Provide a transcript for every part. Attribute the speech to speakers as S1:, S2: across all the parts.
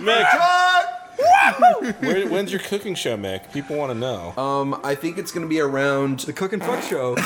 S1: Mick,
S2: Fuck!
S1: where, when's your cooking show, Mick? People want to know.
S3: Um, I think it's gonna be around.
S4: The cook and fuck show.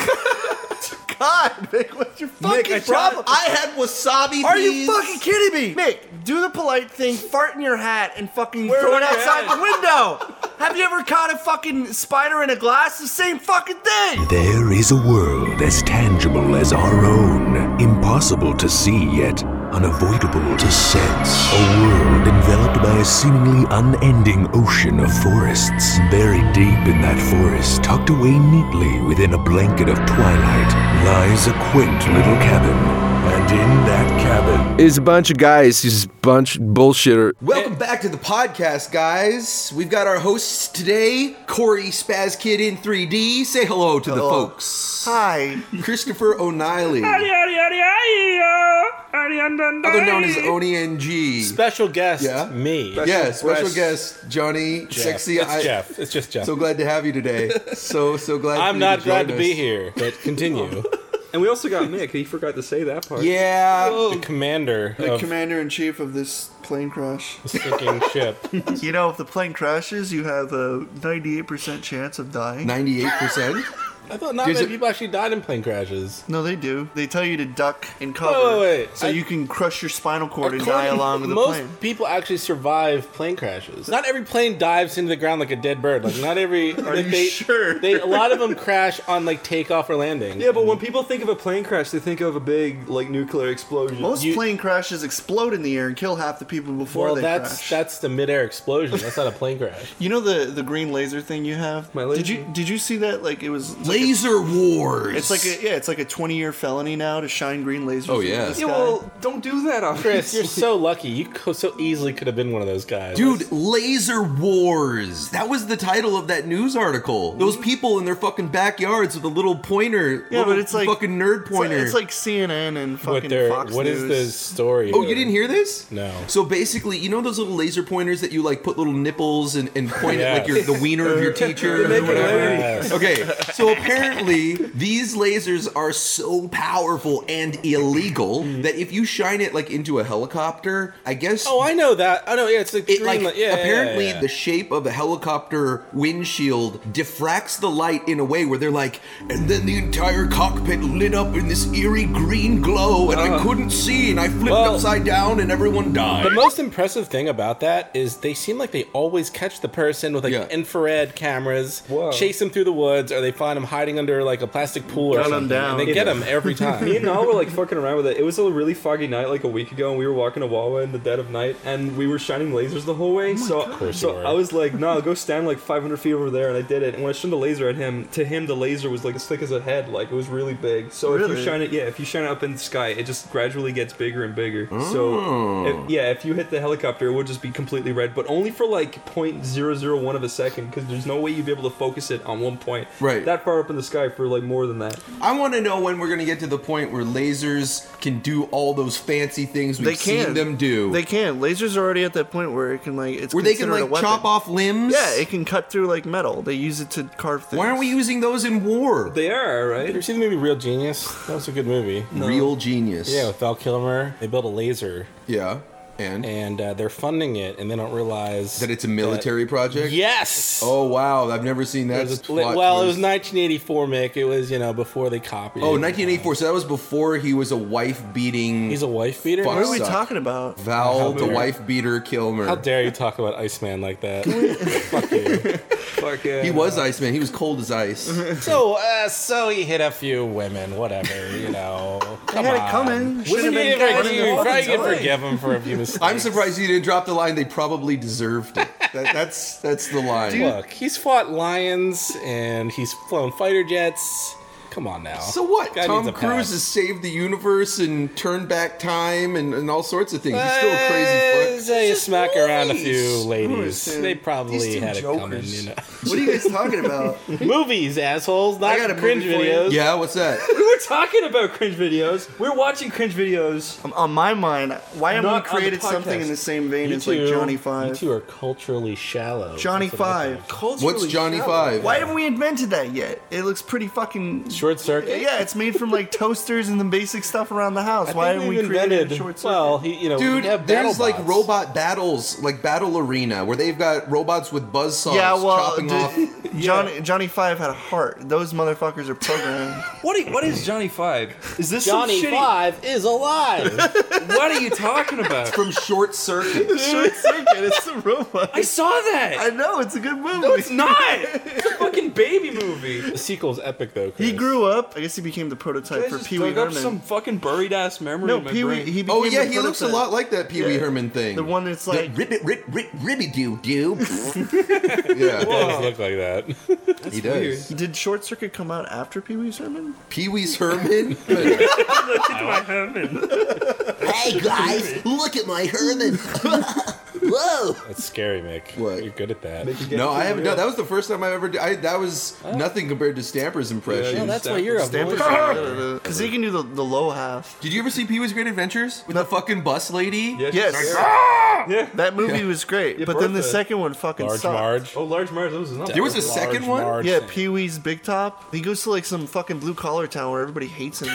S2: God, Mick, what's your fucking
S4: I tried-
S2: problem?
S3: I had wasabi.
S4: Are you
S3: peas.
S4: fucking kidding me?
S2: Mick, do the polite thing, fart in your hat, and fucking
S4: Where
S2: throw
S4: would
S2: it
S4: I
S2: outside
S4: hide?
S2: the window. Have you ever caught a fucking spider in a glass? The same fucking thing.
S5: There is a world as tangible as our own, impossible to see yet unavoidable to sense. A world enveloped by a seemingly unending ocean of forests. Buried deep in that forest, tucked away neatly within a blanket of twilight, lies a quaint little cabin. And in that cabin,
S3: Is a bunch of guys. He's a bunch bullshitter.
S6: Welcome back to the podcast, guys. We've got our hosts today, Corey Spaz Kid in 3D. Say hello to the folks.
S2: Hi.
S6: Christopher O'Neilly, other known as Oni NG.
S1: Special guest,
S6: Yeah?
S1: me.
S6: Yeah, special
S1: guest,
S6: guest Johnny
S1: Jeff.
S6: Sexy.
S1: It's
S6: I-
S1: Jeff. It's just Jeff.
S6: So glad to have you today. So so glad. for
S1: I'm
S6: you
S1: not
S6: to
S1: glad
S6: join
S1: to be
S6: us.
S1: here, but continue.
S4: And we also got Mick. He forgot to say that part.
S6: Yeah,
S1: the commander
S7: The
S1: of
S7: commander in chief of this plane crash.
S1: the sinking ship.
S7: You know, if the plane crashes, you have a 98% chance of dying.
S6: ninety-eight percent.
S1: I thought not
S6: Does
S1: many
S6: it-
S1: people actually died in plane crashes.
S7: No, they do. They tell you to duck and cover,
S1: Wait, wait, wait.
S7: so
S1: I-
S7: you can crush your spinal cord and die
S1: According-
S7: along with the
S1: most
S7: plane.
S1: people actually survive plane crashes. Not every plane dives into the ground like a dead bird. Like not every. Are
S7: you sure?
S1: They a lot of them crash on like takeoff or landing.
S4: Yeah, but when people think of a plane crash, they think of a big like nuclear explosion.
S7: Most
S1: you-
S7: plane crashes explode in the air and kill half the people before
S1: Well,
S7: they
S1: that's
S7: crash.
S1: that's the midair explosion. That's not a plane crash.
S7: You know the the green laser thing you have.
S4: My
S7: Did
S4: laser?
S7: you did you see that? Like it was like a-
S6: Laser Wars.
S7: it's like a yeah, it's like a 20 year felony now to shine green lasers.
S6: Oh,
S7: into
S6: yeah.
S7: the
S4: yeah,
S7: sky.
S4: well, don't do that, obviously.
S1: Chris, you're so lucky. You co- so easily could have been one of those guys.
S6: Dude, Laser Wars. That was the title of that news article. Those people in their fucking backyards with a little pointer.
S7: yeah,
S6: little
S7: but it's like
S6: fucking nerd pointer.
S7: It's like, it's like CNN and
S1: what
S7: fucking
S1: their
S7: Fox
S1: what
S7: News.
S1: is this story?
S6: Oh, you didn't hear this?
S1: No.
S6: So basically, you know those little laser pointers that you like put little nipples and, and point at like your, the wiener of your teacher or whatever?
S1: Yes.
S6: Okay, so apparently these lasers are so powerful and illegal
S7: Mm.
S6: that if you shine it like into a helicopter, I guess
S1: Oh, I know that. I know. Yeah, it's like,
S6: it
S1: green
S6: like
S1: light. Yeah, yeah,
S6: apparently
S1: yeah, yeah.
S6: the shape of a helicopter windshield diffracts the light in a way where they're like and then the entire cockpit lit up in this eerie green glow and
S7: Uh-huh.
S6: i couldn't see and i flipped
S1: Well-
S6: upside down and everyone died
S1: The most impressive thing about that is they seem like they always catch the person with like
S6: Yeah.
S1: infrared cameras,
S4: Whoa.
S1: chase them through the woods, or they find them hiding under like a plastic pool or
S7: Gun 'em
S1: something,
S7: down.
S1: and they get
S4: Yeah.
S1: them every
S4: Me
S1: time.
S4: and Nal were like fucking around with it. It was a really foggy night, like a week ago, and we were walking to Wawa in the dead of night, and we were shining lasers the whole
S1: Oh
S4: way. so,
S1: course you
S4: so
S1: were.
S4: I was like, "No, go stand like 500 feet over there," and I did it. And when I shone the laser at him, to him the laser was like as thick as a head, like it was really big. So if
S7: Really?
S4: you shine it, yeah, if you shine it up in the sky, it just gradually gets bigger and bigger.
S1: Oh.
S4: So if, yeah, if you hit the helicopter, it would just be completely red, but only for like 0.001 of a second, because there's no way you'd be able to focus it on one point
S6: Right.
S4: that far up in the sky for like more than that.
S6: i want to know when we're going to get to the point where lasers can do all those fancy things we've
S7: They can.
S6: seen them do
S7: They can. Lasers are already at that point where it can like it's
S6: where they can
S7: considered a
S6: like
S7: weapon.
S6: chop off limbs
S7: Yeah, it can cut through like metal. They use it to carve things.
S6: why aren't we using those in war
S4: They are right.
S1: you ever seen the movie Real Genius? That was a good movie.
S6: real genius
S1: Yeah, with Val Kilmer, they built a laser
S6: yeah and,
S1: and uh, they're funding it, and they don't realize
S6: that it's a military
S1: that-
S6: project
S1: yes.
S6: oh wow i've never seen
S1: It
S6: that
S1: was a-
S6: plot
S1: well, it was
S6: twist.
S1: 1984, Mick. It was you know before they copied.
S6: Oh,
S1: it.
S6: 1984. So that was before he was a wife beating
S1: He's a wife beater.
S6: Fuck.
S7: What are we
S6: Suck.
S7: talking about?
S6: Val, the
S1: dare-
S6: wife beater Kilmer.
S1: How dare you talk about Iceman like that? Fuck you.
S4: Fuck yeah.
S6: he was Iceman. He was cold as ice.
S1: So, uh, so he hit a few women, whatever, you know. Come
S7: had it
S1: on.
S7: coming.
S1: Wouldn't
S7: Should've
S1: you
S7: been
S1: forgive-
S7: catching
S1: you
S7: it all
S1: probably
S7: the
S1: could
S7: time.
S1: forgive him for a few mistakes.
S6: I'm surprised he didn't drop the line. They probably deserved it. That, that's that's the line.
S1: Look, he's fought lions and he's flown fighter jets. Come on now.
S6: so what?
S1: Guy
S6: Tom
S1: needs a
S6: Cruise
S1: pass.
S6: has saved the universe and turned back time and, and all sorts of things. He's still a
S1: Uh,
S6: crazy fuck.
S1: They smack around a few
S7: movies.
S1: ladies.
S7: Movies,
S1: They
S7: dude.
S1: probably
S7: These two
S1: had it coming,
S7: jokers.
S1: you know.
S7: What are you guys talking about?
S1: movies, assholes, not
S7: got a
S1: cringe
S7: movie for you.
S1: videos.
S6: Yeah, what's that?
S4: We were talking about cringe videos. We are watching cringe videos.
S7: Um, on my mind, why haven't
S4: Not
S7: we
S4: on the
S7: created something
S4: podcast.
S7: in the same vein
S1: You
S7: as
S1: two-
S7: like Johnny
S1: You
S7: Five?
S1: two are culturally shallow.
S7: Johnny
S1: That's what I think.
S7: Five.
S6: What's Johnny Five?
S7: Why haven't we invented that yet? It looks pretty fucking
S1: short circuit.
S7: Yeah, it's made from like toasters and the basic stuff around the house.
S1: I
S7: Why
S1: think
S7: haven't
S1: we've
S7: we created a
S1: invented.
S7: short circuit?
S1: well, he, you know, we
S6: Dude,
S1: have
S6: there's
S1: BattleBots.
S6: like robot battles, like Battle Arena, where they've got robots with buzzsaws
S7: yeah, well,
S6: chopping
S7: d-
S6: off.
S7: Johnny Johnny Five had a heart. Those motherfuckers are programmed.
S4: What? i- what is Johnny Five? Is this
S1: Johnny
S4: some shitty?
S1: Five is alive.
S4: What are you talking about?
S6: From Short Circuit.
S7: short circuit. It's the robot.
S4: I saw that.
S7: I know it's a good movie.
S4: it's not. It's a fucking baby movie.
S1: the sequel's epic though. Chris.
S7: He grew up. I guess he became the prototype
S4: I
S7: for
S4: just
S7: Pee Wee
S4: dug up
S7: Herman.
S4: some fucking buried ass memory
S7: no,
S4: in my
S7: Pee Wee.
S4: brain.
S7: He
S6: Oh
S7: became
S6: yeah,
S7: the
S6: he looks a
S7: prototype.
S6: lot like that Pee Wee
S7: Yeah.
S6: Herman thing.
S7: The one that's
S6: The
S7: like
S6: ribbit, rib, rib, ribby doo doo. Yeah,
S1: does look like that.
S6: he does.
S7: Did Short Circuit come out after Pee Wee's Herman?
S6: Pee Wee's Herman.
S8: Hey guys, look at my Herman. Whoa.
S1: That's scary, Mick.
S6: What?
S1: You're good at that.
S6: no, I haven't done. That was the first time I ever. Did, I that was nothing compared to Stamper's impression.
S1: No, that's why you're a voice.
S7: Because he can do the, the low half.
S6: Did you ever see Pee Wee's Great Adventures with the fucking bus lady?
S4: Yeah, she's
S7: Yes.
S4: scary.
S7: That movie was great,
S4: Yeah,
S7: but then the
S4: Bertha.
S7: second one fucking
S1: Large
S7: sucked.
S1: Marge.
S4: Oh, large Mars. That was another.
S6: There was a
S1: Large
S6: second one?
S1: Marge
S7: Yeah, E
S1: thing.
S7: Pee Wee's Big Top. He goes to like some fucking blue collar town where everybody hates him.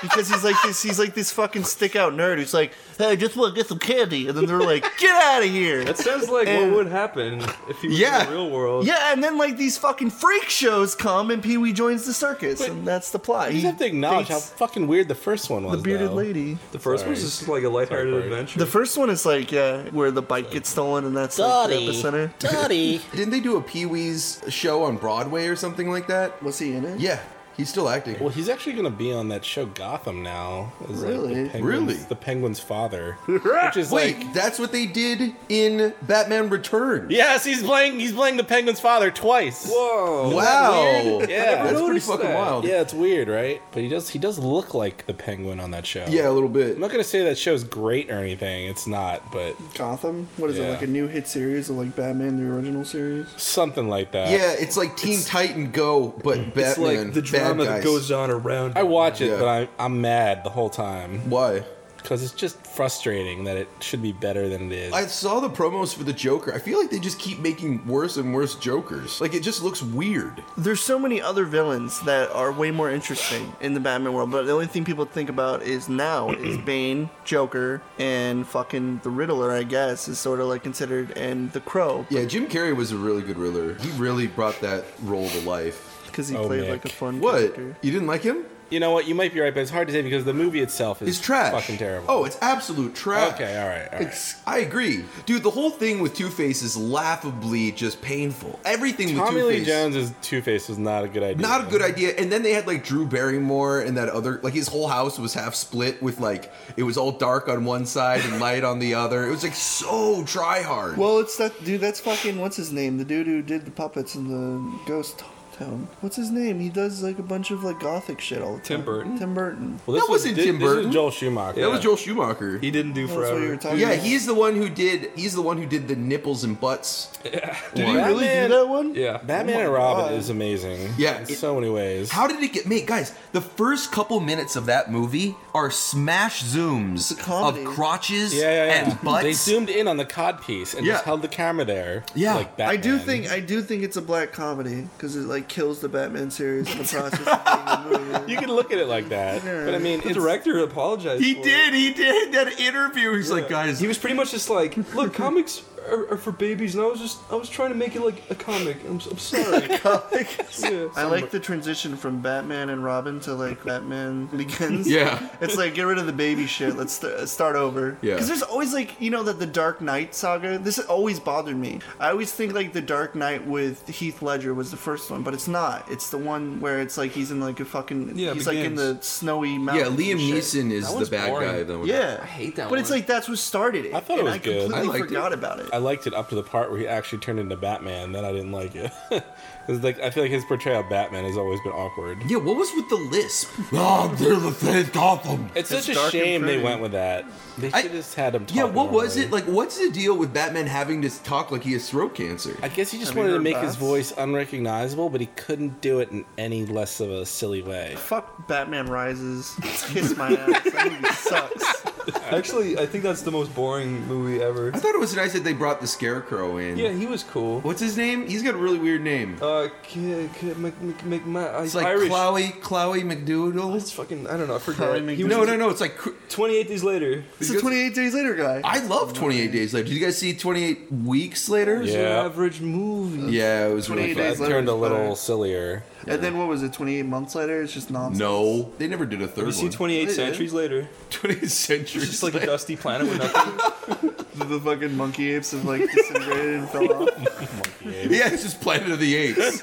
S7: Because he's like this, he's like this fucking stick out nerd who's like, "Hey, I just want to get some candy," and then they're like, "Get out of here!"
S4: That sounds like
S7: And-
S4: what would happen if he was
S6: Yeah.
S4: in the real world.
S7: yeah, and then like these fucking freak shows come, and Pee Wee joins the circus, and that's the plot.
S1: You just have to acknowledge how
S7: dates
S1: fucking weird the first one was.
S7: the bearded
S1: though.
S7: lady.
S4: The first
S1: Sorry.
S4: was just like a
S1: Sorry,
S4: lighthearted
S1: Bart.
S4: adventure.
S7: The first one is like, yeah, where the bike gets stolen, and that's like the epicenter.
S8: Dotty.
S6: Didn't they do a Pee Wee's show on Broadway or something like that?
S7: Was he in it?
S6: Yeah, he's still acting.
S1: Well, he's actually going to be on that show Gotham now. as, like,
S7: Really?
S1: the Penguin's-
S6: Really?
S1: The Penguin's father, which is
S6: Wait,
S1: like
S6: that's what they did in Batman Returns.
S1: yes, he's playing. He's playing the Penguin's father twice.
S4: Whoa.
S6: Wow.
S1: Yeah.
S6: that's pretty
S4: noticed
S6: fucking
S4: that.
S6: wild.
S1: Yeah, it's weird, right? But he does. He does look like the Penguin on that show.
S6: Yeah, a little bit.
S1: I'm not going to say that show's great or anything. It's not, but
S7: Gotham. What is
S1: Yeah.
S7: it like a new hit series of like Batman the original series?
S1: something like that.
S6: Yeah, it's like Teen Titan Go, but Batman.
S4: It's like the drama
S6: bad
S4: that
S6: guys.
S4: goes on around.
S1: I
S4: him.
S1: watch it,
S6: Yeah.
S1: but I'm I'm mad the whole time
S6: Why?
S1: because it's just frustrating that it should be better than it is.
S6: I saw the promos for the Joker. I feel like they just keep making worse and worse Jokers. Like it just looks weird.
S7: There's so many other villains that are way more interesting in the Batman world, but the only thing people think about is now is Bane, Joker, and fucking the Riddler. I guess is sort of like considered, and the Crow
S6: Yeah, Jim Carrey was a really good Riddler. He really brought that role to life.
S7: because he
S1: Oh,
S7: played
S1: Mick.
S7: like a fun
S6: What?
S7: character.
S6: You didn't like him?
S1: You know what? You might be right, but it's hard to say because the movie itself is
S6: It's trash.
S1: fucking terrible.
S6: Oh, it's absolute trash.
S1: okay, all right, all right.
S6: It's, I agree, dude. The whole thing with Two Face is laughably just painful. Everything
S1: Tommy
S6: with Two
S1: Lee
S6: Face.
S1: Jones's Two Face was not a good idea.
S6: Not a good idea. And then they had like Drew Barrymore and that other like his whole house was half split with like it was all dark on one side and light on the other. It was like so try hard.
S7: Well, it's that dude. That's fucking what's his name? The dude who did the puppets in the Ghost Town. What's his name? He does like a bunch of like gothic shit all the time.
S4: Tim Burton?
S7: Tim Burton.
S1: Well, this
S6: That
S1: was,
S6: wasn't
S1: thi-
S6: Tim
S1: this was
S6: Burton.
S1: Joel Schumacher.
S6: that was Joel Schumacher.
S4: He didn't do
S7: That's what you were
S4: forever.
S7: talking
S6: Oh, yeah,
S7: about.
S6: he's the one who did. He's the one who did the nipples and butts.
S7: Did he
S1: Batman-
S7: really do that one?
S4: Yeah.
S1: Batman
S7: Oh
S1: and
S7: my
S1: Robin
S7: God.
S1: is amazing.
S6: Yeah,
S1: in
S6: it-
S1: so many ways.
S6: How did it get made, guys? The first couple minutes of that movie are smash zooms
S7: It's a
S6: of
S7: comedy.
S6: crotches
S1: yeah, yeah, yeah.
S6: and butts.
S1: They zoomed in on the codpiece and
S6: Yeah.
S1: just held the camera there.
S6: Yeah.
S1: like Batman.
S7: I do think I do think it's a black comedy because it like kills the Batman series in the process. of being a movie.
S1: you can look at it like that. But I mean,
S4: The
S1: it's-
S4: director apologized.
S6: he
S4: for it.
S6: did. He did that interview. He's like, guys,
S4: He was pretty much just like, look, comics are, are for babies, and I was just, I was trying to make it like a comic. I'm, s- I'm sorry. Yeah.
S7: I like the transition from Batman and Robin to like Batman Begins.
S6: Yeah.
S7: it's like get rid of the baby shit. Let's st- start over.
S6: Yeah.
S7: because there's always like you know that the Dark Knight saga. This has always bothered me. I always think like the Dark Knight with Heath Ledger was the first one, but it's not. It's the one where it's like he's in like a fucking
S4: Yeah,
S7: he's like in
S4: Begins.
S7: the snowy
S6: yeah,
S7: mountain.
S6: Liam Neeson is the
S1: one's
S6: bad
S1: boring.
S6: guy though.
S7: Yeah,
S6: I hate that
S7: But it's
S6: one.
S7: like that's what started it.
S1: I thought it
S7: and
S1: was
S7: I
S1: good.
S7: completely
S6: I liked it.
S7: forgot about it.
S1: I liked it up to the part where he actually turned into Batman. Then I didn't like it. It's like I feel like his portrayal of Batman has always been awkward.
S6: Yeah, what was with the lisp? Oh, they're the fake Gotham.
S1: It's such
S7: dark
S1: a
S7: and
S1: shame they
S7: pretty.
S1: went with that. They
S6: I-
S1: should have just had him. Talk
S6: Yeah, what was
S1: normally.
S6: it? Like, what's the deal with Batman having to talk like he has throat cancer?
S1: I guess he just
S7: Have you
S1: wanted to
S7: heard
S1: make his
S7: Bats?
S1: voice unrecognizable, but he couldn't do it in any less of a silly way.
S7: Fuck Batman Rises. Kiss my ass. That movie sucks.
S4: Actually, I think that's the most boring movie ever.
S6: I thought it was nice that they brought the Scarecrow in.
S4: Yeah, he was cool.
S6: What's his name? He's got a really weird name.
S4: Uh, K- K- Mc- Mc- Mc- Ma-
S6: It's like
S4: Irish.
S6: Clowy, Clowy McDoodle.
S4: It's fucking. I don't know. I forget. He was
S6: No, no, no. It's like cr-
S4: 28 days later.
S7: It's a 28 days later guy.
S6: I love 28 Days Later. Did you guys see 28 Weeks Later?
S1: Yeah.
S4: An average movie.
S6: Yeah, it was really
S7: 28 Days
S6: fun.
S1: That
S7: later
S1: turned a
S7: is
S1: little
S7: better.
S1: sillier.
S7: And then what was it? 28 months later? It's just nonsense.
S6: No, they never did a third
S4: You see
S6: one.
S4: 28
S7: Yeah.
S4: centuries later.
S6: 20th century.
S4: It's just like a dusty planet with nothing.
S7: The, the fucking monkey apes have like disintegrated and fell off.
S6: yeah, it's just Planet of the Apes.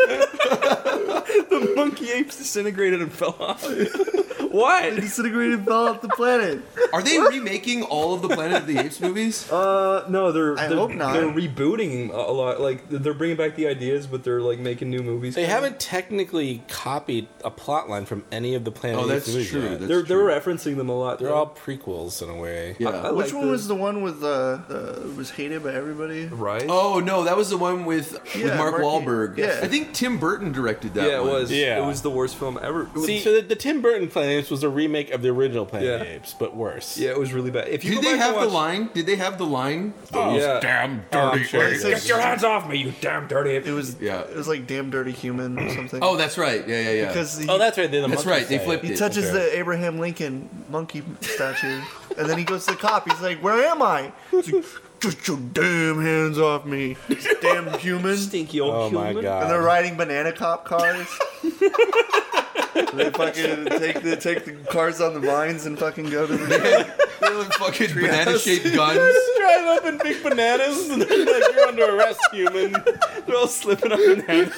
S4: the monkey apes disintegrated and fell off. what?
S7: They disintegrated and fell off the planet.
S6: Are they remaking all of the Planet of the Apes movies?
S4: Uh, no, they're.
S7: I
S4: they're,
S7: hope not.
S4: They're rebooting a a lot. Like they're bringing back the ideas, but they're like making new movies.
S1: They haven't technically copied a plot line from any of the Planet
S6: Oh,
S1: of the Apes
S6: that's
S1: movies
S6: true.
S1: yet.
S6: That's
S4: They're they're
S6: true.
S4: referencing them a lot.
S1: They're all prequels in a way.
S6: Yeah.
S4: I
S7: Which
S4: like
S7: one
S4: the-
S7: was the one with uh, uh was hated by everybody?
S4: right.
S6: Oh no, that was the one with with
S7: Yeah,
S6: Mark
S7: Marky-
S6: Wahlberg.
S7: yeah.
S6: I think Tim Burton directed that.
S4: yeah, it
S6: one.
S4: was.
S1: Yeah.
S4: it was the worst film ever. It was-
S1: See, so the, the Tim Burton Planet of the Apes was a remake of the original Planet of the
S4: Yeah.
S1: Apes, but worse.
S4: yeah, it was really bad. If you
S6: Did
S4: go
S6: they
S4: back
S6: have
S4: and
S6: the
S4: watch-
S6: line? Did they have the line?
S4: Oh, yeah.
S6: Damn dirty
S7: It
S6: apes.
S7: was,
S4: Get your hands off me, you damn dirty ape.
S7: it was
S6: Yeah.
S7: It was like damn dirty human or something.
S6: Oh, that's right. Yeah, yeah, yeah.
S7: because he,
S1: Oh, that's right. They the
S6: that's
S1: monkey
S6: right. They
S1: say.
S6: flipped
S7: he
S6: it.
S7: touches
S1: okay.
S7: the Abraham Lincoln monkey statue, and then he goes to the cop. He's like, "Where am I?" He's like, Get your damn hands off me, damn human!
S4: Stinky old
S1: Oh my
S4: human.
S7: And they're
S1: god.
S7: riding banana cop cars. they fucking take the take the cars on the vines and fucking go to the.
S6: fucking banana shaped guns.
S1: Drive up in big bananas and they're like, you're under arrest, human.
S4: They're all slipping up and down.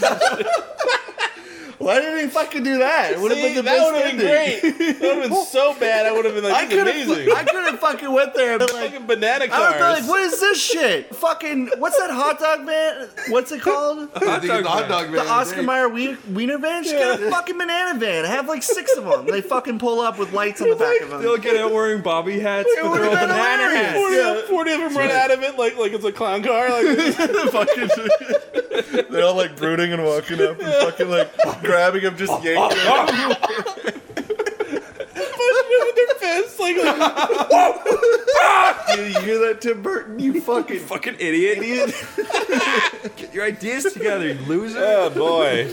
S7: Why did they fucking do that? It would have
S1: See,
S7: been the
S1: that
S7: best
S1: would have been
S7: ending.
S1: great. That would have been so bad. I would have been
S7: I
S1: like, this
S7: could
S1: is amazing.
S7: have. I could have fucking went there and been like,
S1: fucking banana
S7: I
S1: cars.
S7: would have been like, what is this shit? Fucking what's that hot dog van? What's it called?
S6: I think it's the hot dog
S7: The
S6: man.
S7: Oscar
S6: Hey.
S7: Mayer Wien- Wiener van? Just get a fucking banana van. Have like six of them. They fucking pull up with lights on the back of
S4: They'll
S7: them.
S4: get out wearing bobby hats, but they're all
S7: would've been
S4: banana
S7: hilarious.
S4: hats.
S1: 40, of, 40 of them run out of it like like it's a clown car. Like,
S7: They're all like brooding and walking up and fucking like grabbing them, just yanking them.
S1: with their fists. Like, like
S7: You hear that, Tim Burton? You fucking
S4: Fucking idiot. idiot. Get your ideas together, you loser.
S1: oh boy.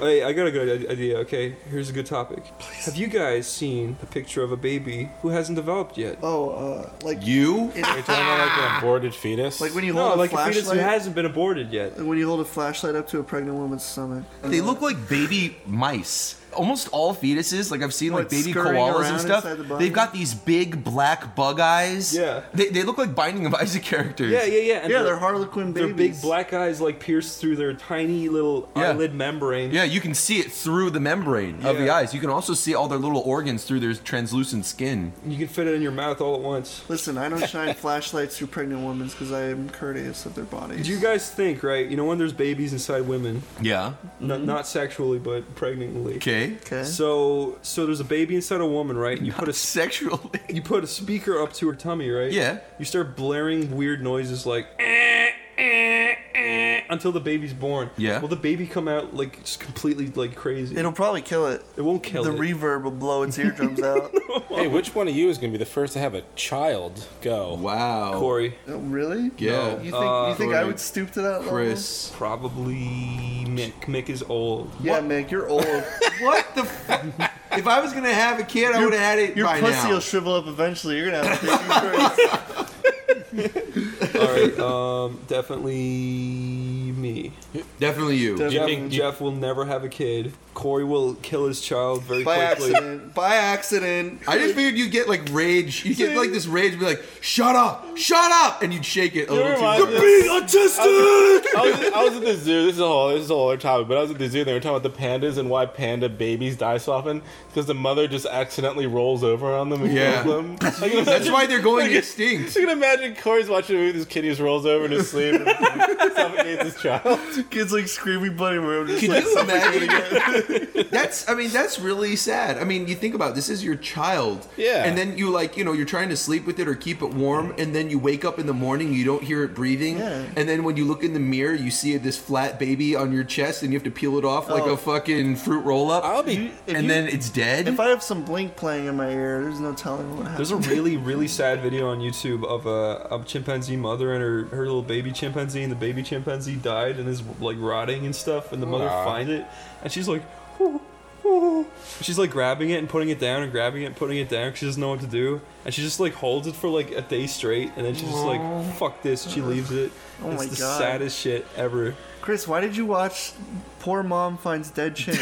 S4: Hey, I got a good i- idea, okay? Here's a good topic. Have you guys seen a picture of a baby who hasn't developed yet?
S7: oh, uh, like
S6: You?
S1: You're talking about like an aborted fetus.
S7: like when you
S4: no,
S7: hold a
S4: like a fetus who
S7: flashlight.
S4: hasn't been aborted yet.
S7: when you hold a flashlight up to a pregnant woman's stomach,
S6: They look like baby mice. Almost all fetuses, like I've seen, like
S7: What,
S6: baby
S7: scurrying
S6: koalas
S7: around
S6: and stuff.
S7: inside the body?
S6: They've got these big black bug eyes.
S4: Yeah.
S6: They, they look like Binding of Isaac characters.
S4: Yeah, yeah, yeah. And
S7: yeah, they're Harlequin
S4: Their
S7: babies.
S4: big black eyes like pierce through their tiny little
S6: Yeah.
S4: eyelid membrane.
S6: Yeah, you can see it through the membrane of the
S4: Yeah.
S6: eyes. You can also see all their little organs through their translucent skin.
S4: You can fit it in your mouth all at once.
S7: Listen, I don't shine flashlights through pregnant women's because I am courteous of their bodies.
S4: Do you guys think, right? You know when there's babies inside women,
S6: Yeah.
S4: not not sexually but pregnantly.
S6: Okay.
S7: okay?
S4: So so there's a baby inside a woman, right? You put a s-
S6: Sexually.
S4: you put a speaker up to her tummy, right?
S6: Yeah.
S4: You start blaring weird noises like "Eh, eh, eh," until the baby's born.
S6: Yeah.
S4: Will the baby come out like just completely like crazy?
S7: It'll probably kill it.
S4: It won't kill
S7: the
S4: it.
S7: reverb will blow its eardrums out.
S1: hey, which one of you is gonna be the first to have a child? Go.
S6: Wow.
S4: Corey,
S7: Oh, really?
S6: Yeah. Uh,
S7: You think you think I would stoop to that level?
S6: Chris.
S4: probably Mick. Mick is old.
S7: Yeah, Mick, you're old.
S6: What the? F- if I was gonna have a kid, I would have had it
S7: Your
S6: by
S7: pussy
S6: now.
S7: will shrivel up eventually. You're gonna have to take
S4: All right. Um, definitely me.
S6: Definitely you.
S7: Def-
S4: Jeff,
S7: think-
S4: Jeff will never have a kid. Corey will kill his child very
S7: by
S4: quickly.
S7: accident. By accident.
S6: I just figured you'd get like rage. You get like this rage, and be like, "Shut up, shut up," and you'd shake it a little too.
S1: remind
S6: much.
S1: me-
S4: autistic.
S1: I was, I was at the zoo. This is a whole this is a whole other topic, but I was at the zoo. and They were talking about the pandas and why panda babies die so often because the mother just accidentally rolls over on them and
S6: Yeah.
S1: kills them. I can
S6: That's
S1: imagine-
S6: why they're going
S1: Like,
S6: extinct.
S1: I can imagine Corey's watching a movie with his kid just rolls over in his sleep and suffocates his child.
S2: Kids like screaming bloody murder. Just
S6: Could you imagine? that's I mean that's really sad. I mean you think about it, this is your child.
S1: Yeah.
S6: And then you like you know you're trying to sleep with it or keep it warm, and then you wake up in the morning you don't hear it breathing,
S7: Yeah.
S6: and then when you look in the mirror you see this flat baby on your chest and you have to peel it off like a fucking fruit roll up.
S1: Oh. I'll be.
S6: and
S7: you-
S6: then it's dead.
S7: If I have some blink playing in my ear, there's no telling what happened.
S4: There's a really, really sad video on YouTube of a, a chimpanzee mother and her, her little baby chimpanzee, and the baby chimpanzee died and is like rotting and stuff, and the mother
S1: Aw.
S4: finds it, and she's like, "Oh, oh." she's like grabbing it and putting it down and grabbing it and putting it down. 'cause She doesn't know what to do, and she just like holds it for like a day straight, and then she's just like, "Fuck this," and she leaves it.
S7: Oh
S4: it's
S7: my
S4: the
S7: God.
S4: saddest shit ever.
S7: Chris, why did you watch Poor Mom Finds Dead Chimp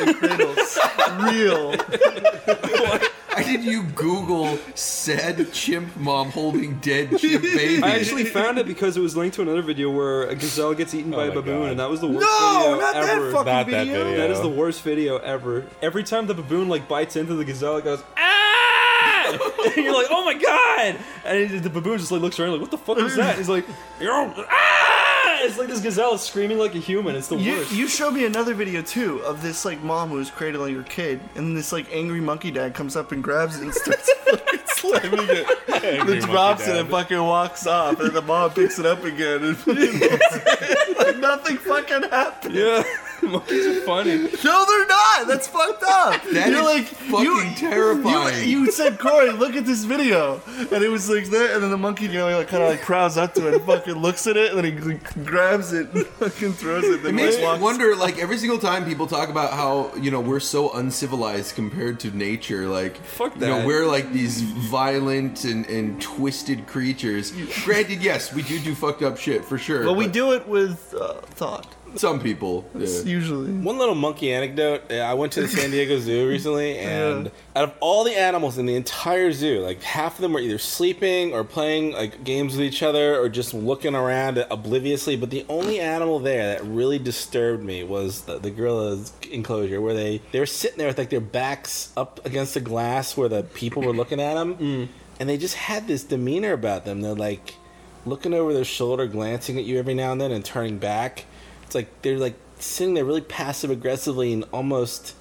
S7: in, in Cradles? Real.
S6: Why did you Google sad chimp mom holding dead chimp baby?
S4: I actually found it because it was linked to another video where a gazelle gets eaten by a
S1: Oh my
S4: baboon,
S1: God.
S4: and that was the worst
S7: No,
S4: video
S7: not that
S4: ever.
S7: fucking
S1: Not that
S7: video.
S1: video.
S4: That is the worst video ever. Every time the baboon like bites into the gazelle, it goes ah! and you're like, oh my god! And the baboon just like looks around like, what the fuck was that? And he's like, "You're all- ah! It's like this gazelle is screaming like a human. It's the
S7: You,
S4: worst.
S7: you showed me another video too of this like mom who's cradling her kid, and this like angry monkey dad comes up and grabs it and starts fucking slamming it.
S1: Angry monkey
S2: drops it
S1: dad.
S2: and fucking walks off, and the mom picks it up again. And
S7: Like nothing fucking happened.
S4: yeah, monkeys are funny.
S7: No, they're not. That's fucked up.
S6: That
S7: You're
S6: is
S7: like
S6: fucking
S7: you-
S6: terrifying.
S7: You, you said, Corey, look at this video, and it was like that, and then the monkey you know, like kind of like prowls up to it, and fucking looks at it, and then he like, grabs it, and fucking throws it.
S6: It
S7: Then
S6: makes
S7: just
S6: me
S7: walks.
S6: wonder, like every single time people talk about how you know we're so uncivilized compared to nature, like
S4: Fuck
S6: you know
S4: that.
S6: we're like these violent and, and twisted creatures. Granted, yes, we do do fucked up shit for sure.
S7: But we do it with uh, thought,
S6: Some people, yeah.
S7: usually.
S1: One little monkey anecdote. uh, I went to the San Diego Zoo recently, and out of all the animals in the entire zoo, like half of them were either sleeping or playing like games with each other or just looking around obliviously. But the only animal there that really disturbed me was the, the gorilla's enclosure, where they they were sitting there with like their backs up against the glass where the people were looking at them, and they just had this demeanor about them. They're like looking over their shoulder, glancing at you every now and then, and turning back. It's like they're like sitting there really passive aggressively and almost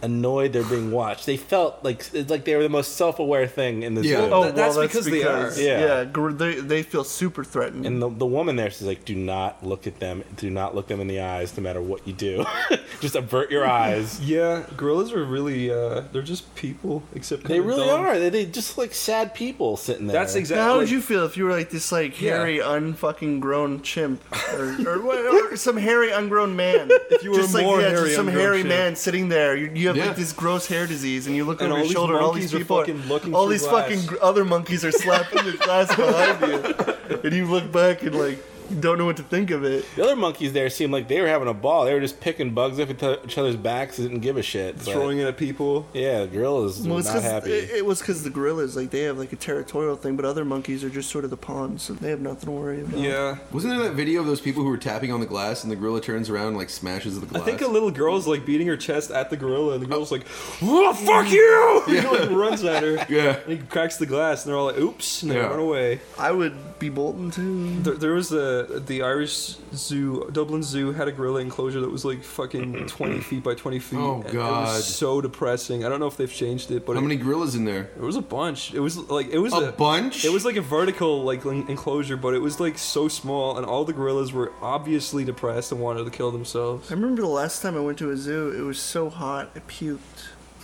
S1: annoyed they're being watched. They felt like it's like they were the most self aware thing in the
S6: Yeah.
S1: zoo.
S4: Oh,
S7: well,
S4: that's because they are.
S1: Yeah.
S7: yeah, gr- they, they feel super threatened.
S1: And the, the woman there, she's like, do not look at them. Do not look them in the eyes, no matter what you do. Just avert your eyes.
S4: Yeah, gorillas are really uh, they're just people except
S1: They
S4: kinda
S1: really
S4: dumb.
S1: are. They, they just like sad people sitting there.
S4: That's exactly.
S7: Now, how would you feel if you were like this, like hairy, unfucking grown chimp, or, or, what- or some hairy, ungrown man? If
S4: you were
S7: just
S4: more
S7: like, yeah,
S4: hairy,
S7: just some
S4: ungrown
S7: hairy
S4: chimp.
S7: man sitting there, you, you have
S6: Yeah.
S7: like this gross hair disease, and you look
S4: And
S7: over
S4: all
S7: your
S4: these
S7: shoulder, all these
S4: monkeys are
S7: people, are-
S4: fucking looking
S7: all
S4: through
S7: these
S4: glass.
S7: fucking gr- other monkeys are slapping the glass behind you, and you look back and like you don't know what to think of it.
S1: the other monkeys there seemed like they were having a ball. They were just picking bugs up at each other's backs. They didn't give a shit. But,
S4: throwing it at people.
S1: yeah, the gorillas
S7: Well,
S1: were
S7: it's
S1: not
S7: 'cause-
S1: happy.
S7: it, it was because the gorillas, like they have like a territorial thing, but other monkeys are just sort of the pawns, so they have nothing to worry about.
S4: Yeah.
S6: Wasn't there that video of those people who were tapping on the glass and the gorilla turns around and like smashes the
S4: I
S6: glass?
S4: think a little girl's like beating her chest at the gorilla, and the girl's like, "Oh, "Fuck you!" Yeah. like, runs at her.
S6: Yeah.
S4: And he cracks the glass, and they're all like, "Oops!" and they
S6: Yeah.
S4: run away.
S7: I would be bolting too.
S4: There, there was a the Irish Zoo, Dublin Zoo, had a gorilla enclosure that was like fucking twenty feet by twenty feet.
S6: Oh,
S4: and It
S6: God.
S4: was so depressing. I don't know if they've changed it, but
S6: How
S4: it,
S6: many gorillas in there?
S4: it was a bunch. It was like it was
S6: A bunch?
S4: It was like a vertical like en- enclosure, but it was like so small, and all the gorillas were obviously depressed and wanted to kill themselves.
S7: I remember the last time I went to a zoo, it was so hot, I puked.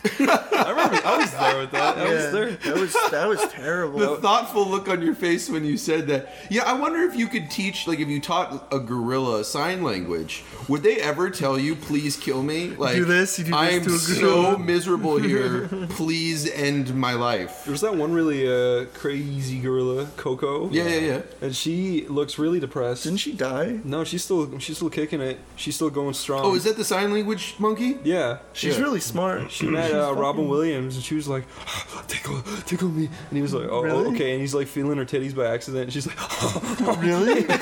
S4: I remember I was there with that. I was there.
S7: That was that was terrible.
S6: The thoughtful look on your face when you said that. Yeah, I wonder if you could teach, like, if you taught a gorilla sign language, would they ever tell you, "Please kill me"? Like,
S7: Do this, you do this
S6: I'm
S7: to a
S6: so
S7: gorilla."
S6: miserable here. Please end my life.
S4: There was that one really uh, crazy gorilla, Coco.
S6: Yeah, yeah, yeah.
S4: And she looks really depressed.
S7: Didn't she die?
S4: No, she's still she's still kicking it. She's still going strong.
S6: Oh, is that the sign language monkey?
S4: Yeah.
S7: She's
S6: Yeah.
S7: really smart.
S4: She met uh, Robin Williams and she was like, "Ah, tickle, tickle me. And he was like, oh,
S7: Really?
S4: okay. And he's like feeling her titties by accident. And she's like,
S7: really?
S1: Man,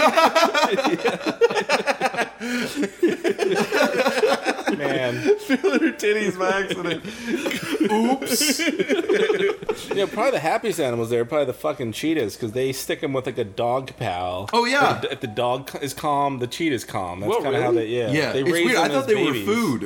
S2: her titties by accident.
S6: Oops.
S1: you know, probably the happiest animals there are probably the fucking cheetahs because they stick them with like a dog pal.
S6: Oh, yeah.
S1: If the, if the dog c- is calm, the cheetah's calm. That's
S4: Whoa,
S1: kind of how they
S4: really?
S1: yeah.
S6: Yeah,
S1: they
S6: it's
S1: raise
S6: weird. I
S1: them
S6: thought
S1: as
S6: they
S1: babies.
S6: were food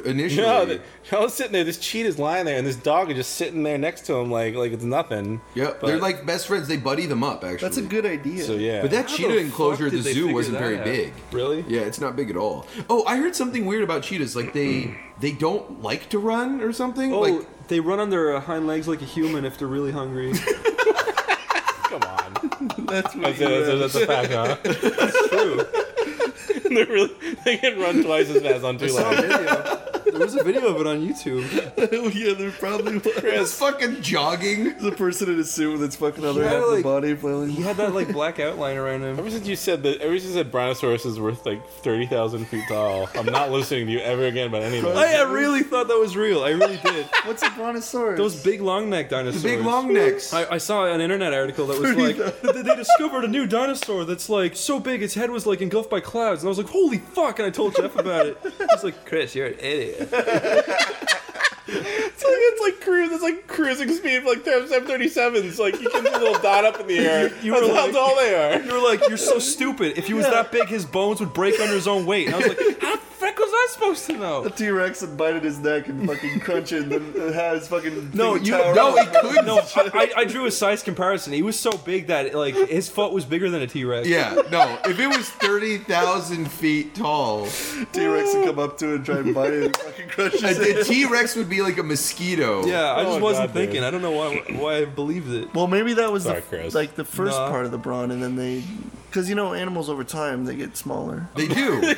S6: initially.
S1: No, they, I was sitting there. This cheetah's lying there, and this dog is just sitting there next to him, like like it's nothing.
S6: yeah,
S1: But-
S6: they're like best friends. They buddy them up actually.
S7: That's a good idea.
S1: So yeah,
S6: But that
S4: How the
S6: cheetah
S4: fuck
S6: enclosure at
S4: did
S6: the
S4: they
S6: zoo
S4: figure
S6: wasn't
S4: that
S6: very
S4: out?
S6: big.
S4: Really?
S6: Yeah, it's not big at all. Oh, I heard something weird about cheetahs. Like they they don't like to run or something.
S4: Oh,
S6: like
S4: they run on their uh, hind legs like a human if they're really hungry.
S1: come on. that's, that's, a, that's a fact, huh?
S4: True.
S1: they really they can run twice as fast on two legs.
S4: There was a video of it on YouTube.
S7: yeah, there probably
S6: it's fucking jogging.
S7: the person in a suit with its fucking other
S4: Yeah,
S7: half of the
S4: like-
S7: body flailing.
S4: He had that like black outline around him.
S1: Ever since you said that, ever since you said brontosaurus is worth like thirty thousand feet tall, I'm not listening to you ever again about anything.
S4: I, I really thought that was real. I really did.
S7: What's a brontosaurus?
S4: Those big long neck dinosaurs.
S6: Big long necks.
S4: I, I saw an internet article that was like they, they discovered a new dinosaur that's like so big its head was like engulfed by clouds, and I was like, "Holy fuck!" And I told Jeff about it. He's like, "Chris, you're an idiot."
S1: It's like it's like cruise. It's like cruising speed, like seven thirty sevens. Like you can do a little dot up in the air.
S4: You- you
S1: that's,
S4: were
S1: that's
S4: like-
S1: all they are.
S4: You were like, "You're so stupid. If he was that big, his bones would break under his own weight." And I was like, "How the frick was I supposed to know?"
S7: T Rex would bite at his neck and fucking crunch it, and then have his fucking.
S4: No,
S7: thing
S4: you
S7: tower
S4: no,
S7: up.
S4: he couldn't. No, I, I I drew a size comparison. He was so big that like his foot was bigger than a T Rex.
S6: yeah, no. If it was thirty thousand feet tall,
S7: T Rex would come up to it and try and bite it and fucking crush
S6: a-
S7: his
S6: a
S7: head.
S6: T Rex would be like a mosquito.
S4: Yeah, I just
S1: Oh,
S4: wasn't
S1: God, dude.
S4: thinking. I don't know why why I believed it.
S7: Well, maybe that was
S1: Sorry,
S7: the,
S1: Chris.
S7: like the first
S4: Nah.
S7: part of the brawn, and then they, because you know animals over time they get smaller.
S6: they do.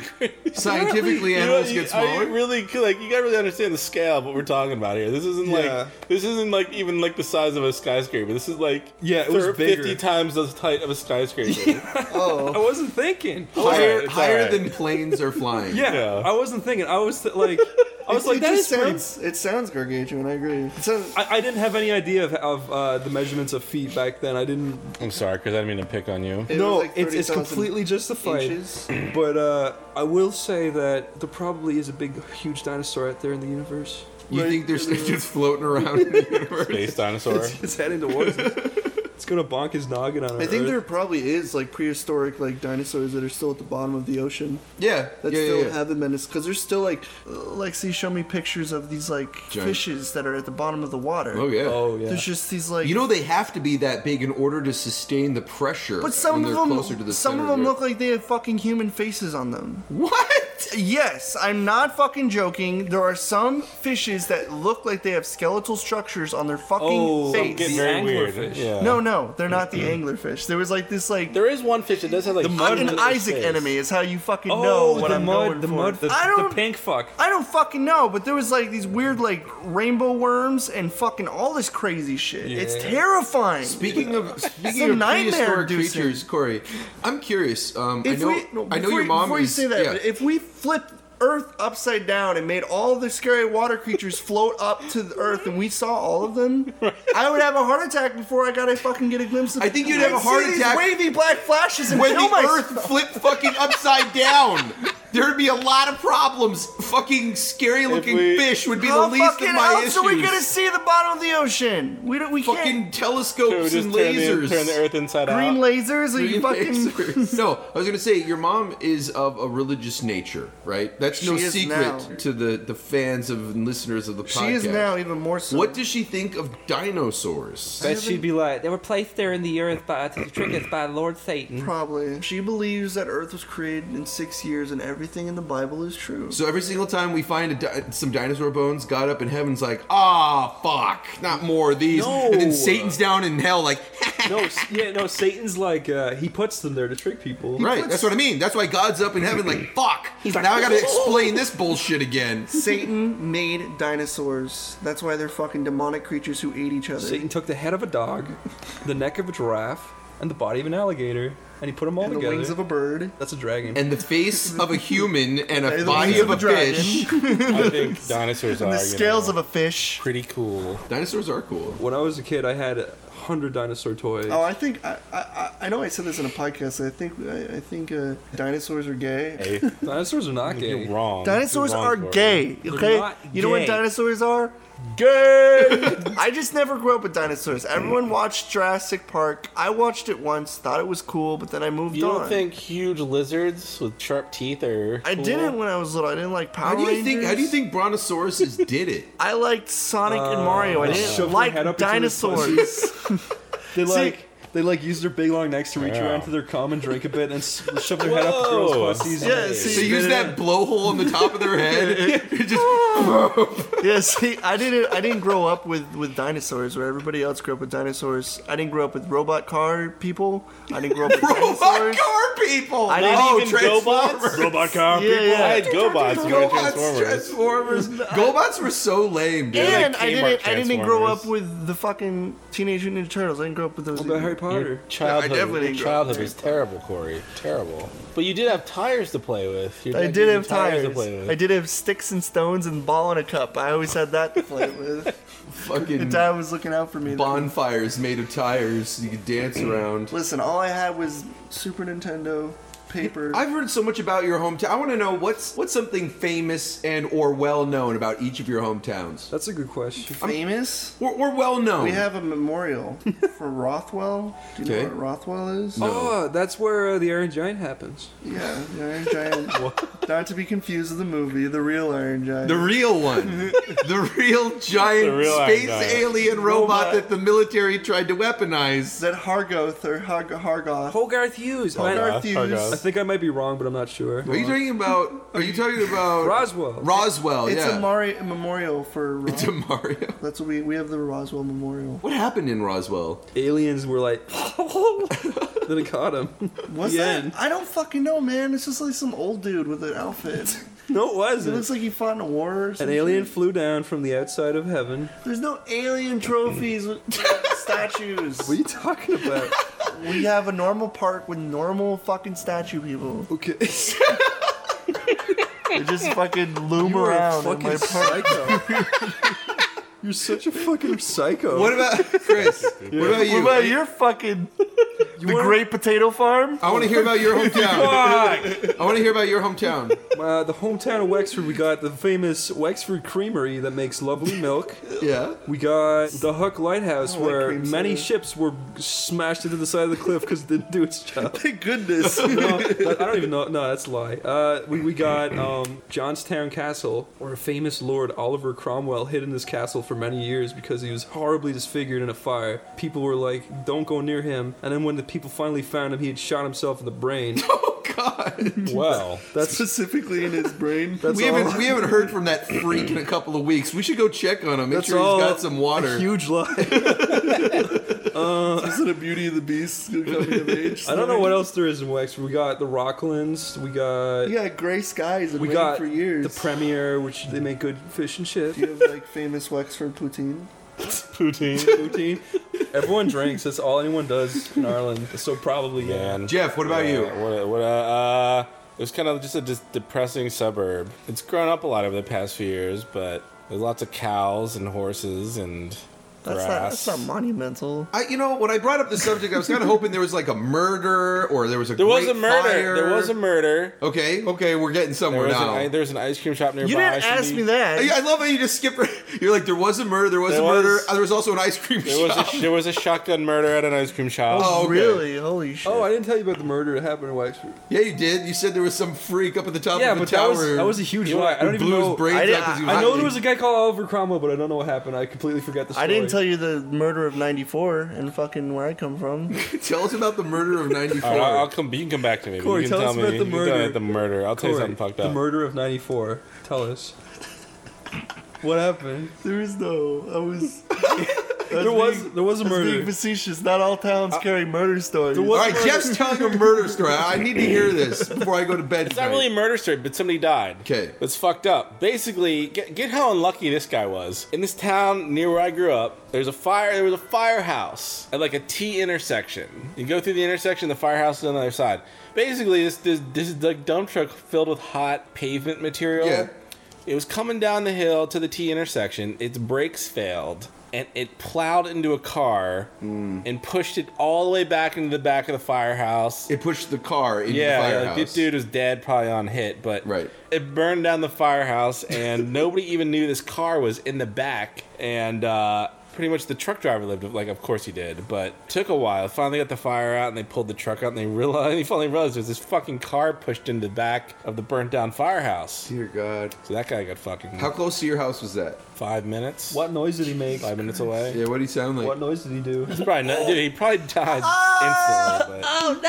S6: Scientifically,
S1: You know,
S6: animals
S1: you-
S6: get
S1: I
S6: smaller.
S1: really like you gotta really understand the scale of what we're talking about here. This isn't like
S4: Yeah.
S1: this isn't like even like the size of a skyscraper. This is like
S4: Yeah, it was
S1: thir-
S4: bigger.
S1: fifty times the height of a skyscraper.
S4: I wasn't thinking.
S1: alright,
S6: Higher,
S1: it's
S6: higher
S1: alright.
S6: than planes are flying.
S4: Yeah,
S1: Yeah.
S4: I wasn't thinking. I was th- like, I was like,
S7: it
S4: that is
S7: just
S4: pretty-
S7: sounds. It sounds gargantuan. I agree. It sounds,
S4: I, I didn't have any idea of, of uh, the measurements of feet back then. I didn't.
S1: I'm sorry, Chris. I didn't mean to pick on you.
S7: it was
S4: no,
S7: like
S4: it's, it's
S7: 30,000
S4: completely justified.
S7: inches.
S4: But uh, I will say that there probably is a big, huge dinosaur out there in the universe.
S6: You think they're just floating around in the universe?
S1: Space dinosaur.
S4: It's heading towards us. It's gonna bonk his noggin on
S7: I think there
S4: Earth.
S7: probably is like prehistoric like dinosaurs that are still at the bottom of the ocean
S6: Yeah,
S7: that
S6: yeah, yeah,
S7: still
S6: yeah.
S7: haven't been because there's still like uh, Lexi show me pictures of these like
S6: Giant.
S7: fishes that are at the bottom of the water.
S6: Oh yeah.
S4: Oh yeah.
S7: There's just these like
S6: You know they have to be that big in order to sustain the pressure.
S7: But some
S6: when
S7: of
S6: they're closer to
S7: them,
S6: the
S7: some
S6: center
S7: of them
S6: the
S7: look like they have fucking human faces on them.
S6: Earth. What?
S7: Yes, I'm not fucking joking. There are some fishes that look like they have skeletal structures on their fucking
S4: Oh,
S1: Some get
S7: face.
S4: the
S1: very weird.
S4: anglerfish.
S1: Yeah.
S6: Oh.
S7: No, no, they're not the anglerfish. There was like this like
S1: There is one fish that does have like
S4: The mud-
S1: human
S7: an Isaac
S1: face.
S7: enemy is how you fucking know
S4: oh,
S7: what
S4: the
S7: I'm going
S4: mud, the
S7: for.
S4: mud, the,
S7: I
S4: the
S7: don't.
S4: pink fuck.
S7: I don't fucking know, but there was like these weird like rainbow worms and fucking all this crazy shit. It's
S4: Yeah.
S7: terrifine.
S6: Speaking of speaking
S7: Some
S6: of
S7: nightmare
S6: prehistoric
S7: inducing.
S6: creatures, Corey, I'm curious. Um, I
S7: If
S6: know
S7: we- no,
S6: I know
S7: before
S6: your
S7: you-
S6: mom
S7: before
S6: is.
S7: you say that,
S6: yeah.
S7: but if we flipped Earth upside down and made all the scary water creatures float up to the Earth and we saw all of them, I would have a heart attack before I got a fucking get a glimpse of.
S6: I think you'd
S7: I'd
S6: have a heart
S7: see
S6: attack
S7: These wavy black flashes and
S6: when
S7: kill
S6: the
S7: myself.
S6: Earth flipped fucking upside down, there'd be a lot of problems. Fucking scary looking
S1: we-
S6: fish would be the
S7: How
S6: least
S7: fucking
S6: of my
S7: else
S6: issues.
S7: are we gonna see the bottom of the ocean? We don't. We
S6: fucking
S7: can't.
S1: So
S6: telescopes
S1: just
S6: and
S1: turn
S6: lasers.
S1: the, turn the Earth inside out.
S7: Green lasers or you fucking.
S6: no, I was gonna say your mom is of a religious nature, right? That's no
S7: She is
S6: secret
S7: now.
S6: to the the fans of and listeners of the podcast.
S7: She is now even more so.
S6: What does she think of dinosaurs?
S4: That she'd be like, they were placed there in the earth by to trick us by Lord Satan.
S7: Probably. She believes that Earth was created in six years and everything in the Bible is true.
S6: So every single time we find a di- some dinosaur bones, God up in heaven's like, ah, fuck, not more of these.
S4: No.
S6: And then Satan's down in hell, like,
S4: No, s- yeah, no. Satan's like uh, he puts them there to trick people.
S6: right, that's what I mean. That's why God's up in heaven, like, fuck. now I gotta explain this bullshit again.
S7: Satan made dinosaurs. That's why they're fucking demonic creatures who ate each other.
S4: Satan took the head of a dog, the neck of a giraffe, and the body of an alligator, and he put them all
S7: and the
S4: together.
S7: wings of a bird.
S4: That's a dragon.
S6: And the face of a human and a
S7: the
S6: body
S7: wings
S6: of
S7: of
S6: a
S7: a dragon.
S6: fish.
S1: I think dinosaurs are.
S7: the
S1: you
S7: scales
S1: know,
S7: of a fish.
S1: pretty cool.
S6: Dinosaurs are cool.
S4: when I was a kid, I had hundred dinosaur toys.
S7: Oh, I think I, I- I I know I said this in a podcast. I think I, I think uh, dinosaurs are gay.
S4: Dinosaurs are not gay.
S1: You're wrong.
S7: Dinosaurs
S1: You're wrong
S7: are
S1: for it.
S7: gay. Okay,
S4: not
S7: you know what
S4: gay.
S7: dinosaurs are? Gay. I just never grew up with dinosaurs. Everyone watched Jurassic Park. I watched it once, thought it was cool, but then I moved
S1: You
S7: on.
S1: don't think huge lizards with sharp teeth are?
S7: I
S1: cool?
S7: didn't when I was little. I didn't like Power
S6: How do you
S7: Rangers.
S6: think? How do you think brontosauruses did it?
S7: I liked Sonic and Mario. I
S4: they
S7: didn't
S4: Oh, shoved their
S7: like
S4: head up into his
S7: dinosaurs.
S4: They like they like use their big long necks to reach
S1: Yeah.
S4: around to their cum and drink a bit and then s- shove their head up the
S1: Whoa.
S4: girls' pussies. and-
S7: yeah, see,
S6: They use that blowhole on the top of their head. It just
S7: yeah, see, I didn't, I didn't grow up with with dinosaurs, where everybody else grew up with dinosaurs. I didn't grow up with robot car people. I didn't grow up with
S6: robot
S7: dinosaurs.
S6: car people.
S7: I didn't
S6: oh,
S7: even
S6: Transformers.
S1: Robot cop.
S7: Yeah, yeah.
S1: I had GoBots. You were
S6: Robots,
S1: Transformers.
S6: Transformers. GoBots were so lame, dude.
S7: And
S1: like
S7: I
S1: Kmart
S7: didn't, I didn't grow
S1: Transformers.
S7: up with the fucking Teenage Mutant Ninja Turtles. I didn't grow up with those.
S4: About
S7: either.
S4: Harry Potter.
S1: Childhood,
S7: I definitely
S1: your
S7: didn't grow up
S1: childhood was terrible, Corey. Terrible. But you did have tires to play with. Your
S7: I
S1: dad
S7: did
S1: gave you
S7: have tires.
S1: to play with.
S7: I did have sticks and stones and ball in a cup. I always had that to play with.
S6: Fucking
S7: and Dad was looking out for me. then.
S6: bonfires made of tires. You could dance around.
S7: Listen, all I had was Super Nintendo paper.
S6: I've heard so much about your hometown. I want to know what's what's something famous and or well known about each of your hometowns.
S4: That's a good question.
S7: famous.
S6: We're, we're well known.
S7: We have a memorial for Rothwell. Do you
S6: Okay.
S7: know what Rothwell is?
S4: Oh, that's where uh, the Iron Giant happens.
S7: Yeah, the Iron Giant. Not to be confused with the movie, the real Iron Giant.
S6: the real one, the real giant
S1: The real
S6: space
S1: giant.
S6: alien robot, that the military tried to weaponize.
S7: that Hargoth or Harg- Hargoth.
S4: Hogarth Hughes.
S1: Oh,
S4: I-
S7: Hogarth
S1: Yeah, Hargoth.
S4: I think I might be wrong, but I'm not sure.
S6: Are you talking about? Are you talking about
S4: Roswell.
S6: Roswell,
S7: It's
S6: yeah.
S7: a Mari- memorial for Ros-
S6: it's a Mario.
S7: That's what we we have the Roswell Memorial.
S6: What happened in Roswell?
S4: Aliens were like, then it caught him.
S7: What's
S4: The
S7: that?
S4: end.
S7: I don't fucking know, man. It's just like some old dude with an outfit.
S4: No, it
S7: It
S4: wasn't.
S7: looks like he fought in a war or
S4: An
S7: something.
S4: alien flew down from the outside of heaven.
S7: There's no alien trophies with statues.
S4: What are you talking about?
S7: We have a normal park with normal fucking statue people.
S4: okay.
S7: They just fucking loom
S4: You are a
S7: around in my
S4: fucking
S7: park.
S4: psycho. You're such a fucking psycho.
S6: What about Chris? What about you?
S7: What about your fucking the Great Potato Farm?
S6: I want to hear about your hometown. I want to hear about your hometown.
S4: Uh, the hometown of Wexford, we got the famous Wexford Creamery that makes lovely milk.
S6: Yeah.
S4: We got the Huck Lighthouse,
S7: like
S4: where
S7: cream
S4: many
S7: soda.
S4: ships were smashed into the side of the cliff because it didn't do its job.
S7: Thank goodness.
S4: No, that- I don't even know. No, that's a lie. Uh, we, we got um, Johnstown Castle, where a famous lord, Oliver Cromwell, hid in this castle for many years because he was horribly disfigured in a fire. People were like, don't go near him. And then when the people finally found him, he had shot himself in the brain.
S6: Oh God.
S1: Well,
S4: That's
S7: Specifically in his brain.
S4: That's
S6: we
S4: all.
S6: haven't we haven't heard from that freak in a couple of weeks. We should go check on him. Make
S4: That's
S6: sure he's
S4: all
S6: got some water.
S4: a huge lie.
S7: Is it a Beauty and the Beast coming of age?
S4: I don't know what else there is in Wexford. We got the Rocklands. We got.
S7: You got gray skies and
S4: We
S7: rain
S4: got
S7: for years.
S4: the premiere, which they make good fish and
S7: you
S4: shit.
S7: have like famous Wexford poutine.
S1: poutine.
S4: Poutine. Everyone drinks. That's all anyone does in Ireland. So probably yeah.
S1: Man.
S6: Jeff, what about you?
S1: Yeah, What, what, uh, uh, it was kind of just a dis- depressing suburb. It's grown up a lot over the past few years, but there's lots of cows and horses and
S7: That's not,
S1: grass.
S7: that's not monumental.
S6: I, you know, when I brought up the subject, I was kind of hoping there was like a murder or there was a
S1: there was a
S6: great
S1: murder.
S6: fire.
S1: There was a murder.
S6: okay, okay, we're getting
S1: There
S6: somewhere
S1: was, an,
S6: now.
S1: i- there was an ice cream shop nearby.
S7: You didn't
S1: Should
S7: ask
S1: be-
S7: me that.
S6: I, I love how you just skip. right- You're like, there was a murder. There was
S1: There
S6: a murder.
S1: was-
S6: uh, there was also an ice cream
S1: There was,
S6: shop.
S1: a, there was a shotgun murder at an ice cream shop.
S6: Oh, okay.
S7: Really? Holy shit.
S4: Oh, I didn't tell you about the murder that happened in Wexford.
S6: Yeah, you did. You said there was some freak up at the top
S4: Yeah,
S6: of the
S4: but that
S6: tower.
S4: was that was a huge lie. I don't even
S6: blew
S4: know.
S6: his brains
S7: I
S6: out
S7: didn't-
S6: 'cause he was
S4: I know there
S6: hiding.
S4: was a guy called Oliver Cromwell, but I don't know what happened. I completely forgot the story.
S7: I didn't tell you the murder of 94 and fucking where I come from.
S6: Tell us about the murder of '94.
S1: All right, I'll, I'll come. You can come back to me. but
S4: Corey,
S1: you can
S4: tell us
S1: me.
S4: about
S1: you
S4: the
S1: can tell me
S4: murder.
S1: about the murder. I'll tell you something fucked
S4: The
S1: up.
S4: murder of '94. Tell us. What happened?
S7: There is no. I was.
S4: There was there was a
S7: being
S4: murder.
S7: facetious. Not all towns carry murder stories.
S6: All right, Jeff's telling a murder story. I need to hear this before I go to bed.
S1: It's not really a murder story, but somebody died.
S6: 'Kay.
S1: That's fucked up. Basically, get, get how unlucky this guy was. In this town near where I grew up, there's a fire. There was a firehouse at like a T intersection. You go through the intersection, the firehouse is on the other side. Basically, this this this like dump truck filled with hot pavement material.
S6: Yeah.
S1: It was coming down the hill to the T intersection. Its brakes failed. and it plowed into a car
S6: Hmm.
S1: and pushed it all the way back into the back of the firehouse.
S6: It pushed the car into
S1: yeah,
S6: the
S1: like,
S6: firehouse.
S1: this dude was dead, probably on hit, but
S6: Right.
S1: it burned down the firehouse, and nobody even knew this car was in the back, and uh, pretty much the truck driver lived like, of course he did, but took a while. Finally got the fire out, and they pulled the truck out, and they realized they finally realized there's this fucking car pushed into the back of the burnt down firehouse.
S6: Dear God.
S1: So that guy got fucking
S6: How close to your house was that?
S1: five minutes,
S4: What noise did he make?
S1: five minutes away.
S6: Yeah, what do you sound like?
S4: What noise did he do?
S1: It's Probably not, dude, he probably died instantly. But. Oh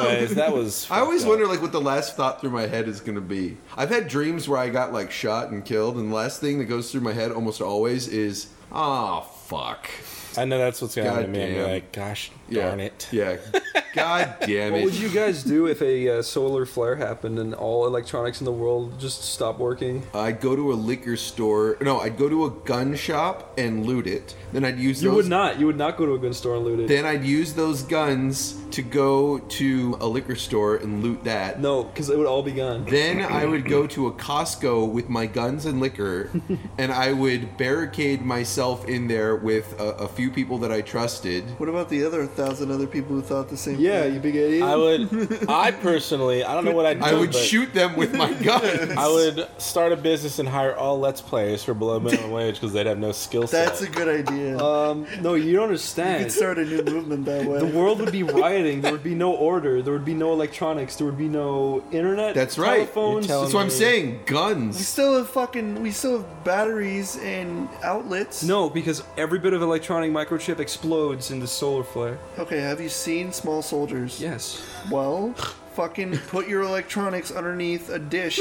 S1: no! Anyways, that was.
S6: Ah! I always
S1: fucked up.
S6: wonder like what the last thought through my head is going to be. I've had dreams where I got like shot and killed, and the last thing that goes through my head almost always is, "Ah, fuck."
S1: I know that's what's gonna happen to me. I'm gonna be
S6: Goddamn.
S1: like, gosh,
S6: Yeah.
S1: darn it.
S6: Yeah. God damn
S4: What would
S6: it.
S4: you guys do if a uh, solar flare happened and all electronics in the world just stopped working?
S6: I'd go to a liquor store. No, I'd go to a gun shop and loot it. Then I'd use
S4: You
S6: those
S4: would not. You would not go to a gun store and loot it.
S6: Then I'd use those guns to go to a liquor store and loot that.
S4: No, because it would all be gone.
S6: Then I would go to a Costco with my guns and liquor, and I would barricade myself in there with a, a few people that I trusted.
S7: What about the other thousand other people who thought the same
S4: Yeah,
S7: thing?
S4: you big idiot.
S1: I would. I personally, I don't know what I'd do.
S6: I would
S1: but
S6: shoot them with my guns.
S1: I would start a business and hire all Let's Players for below minimum wage because they'd have no skill set.
S7: That's a good idea.
S4: Um, no, you don't
S7: you
S4: understand.
S7: could start a new movement that way.
S4: the world would be rioting. There would be no order. There would be no electronics. There would be no internet.
S6: That's right.
S4: Telephones.
S1: You're telling
S6: That's what I'm
S1: me.
S6: saying.
S7: we
S6: Guns.
S7: still have fucking. We still have batteries and outlets.
S4: No, because every bit of electronic microchip explodes in the solar flare.
S7: Okay. Have you seen Small Soldiers?
S4: Yes.
S7: Well, fucking put your electronics underneath a dish.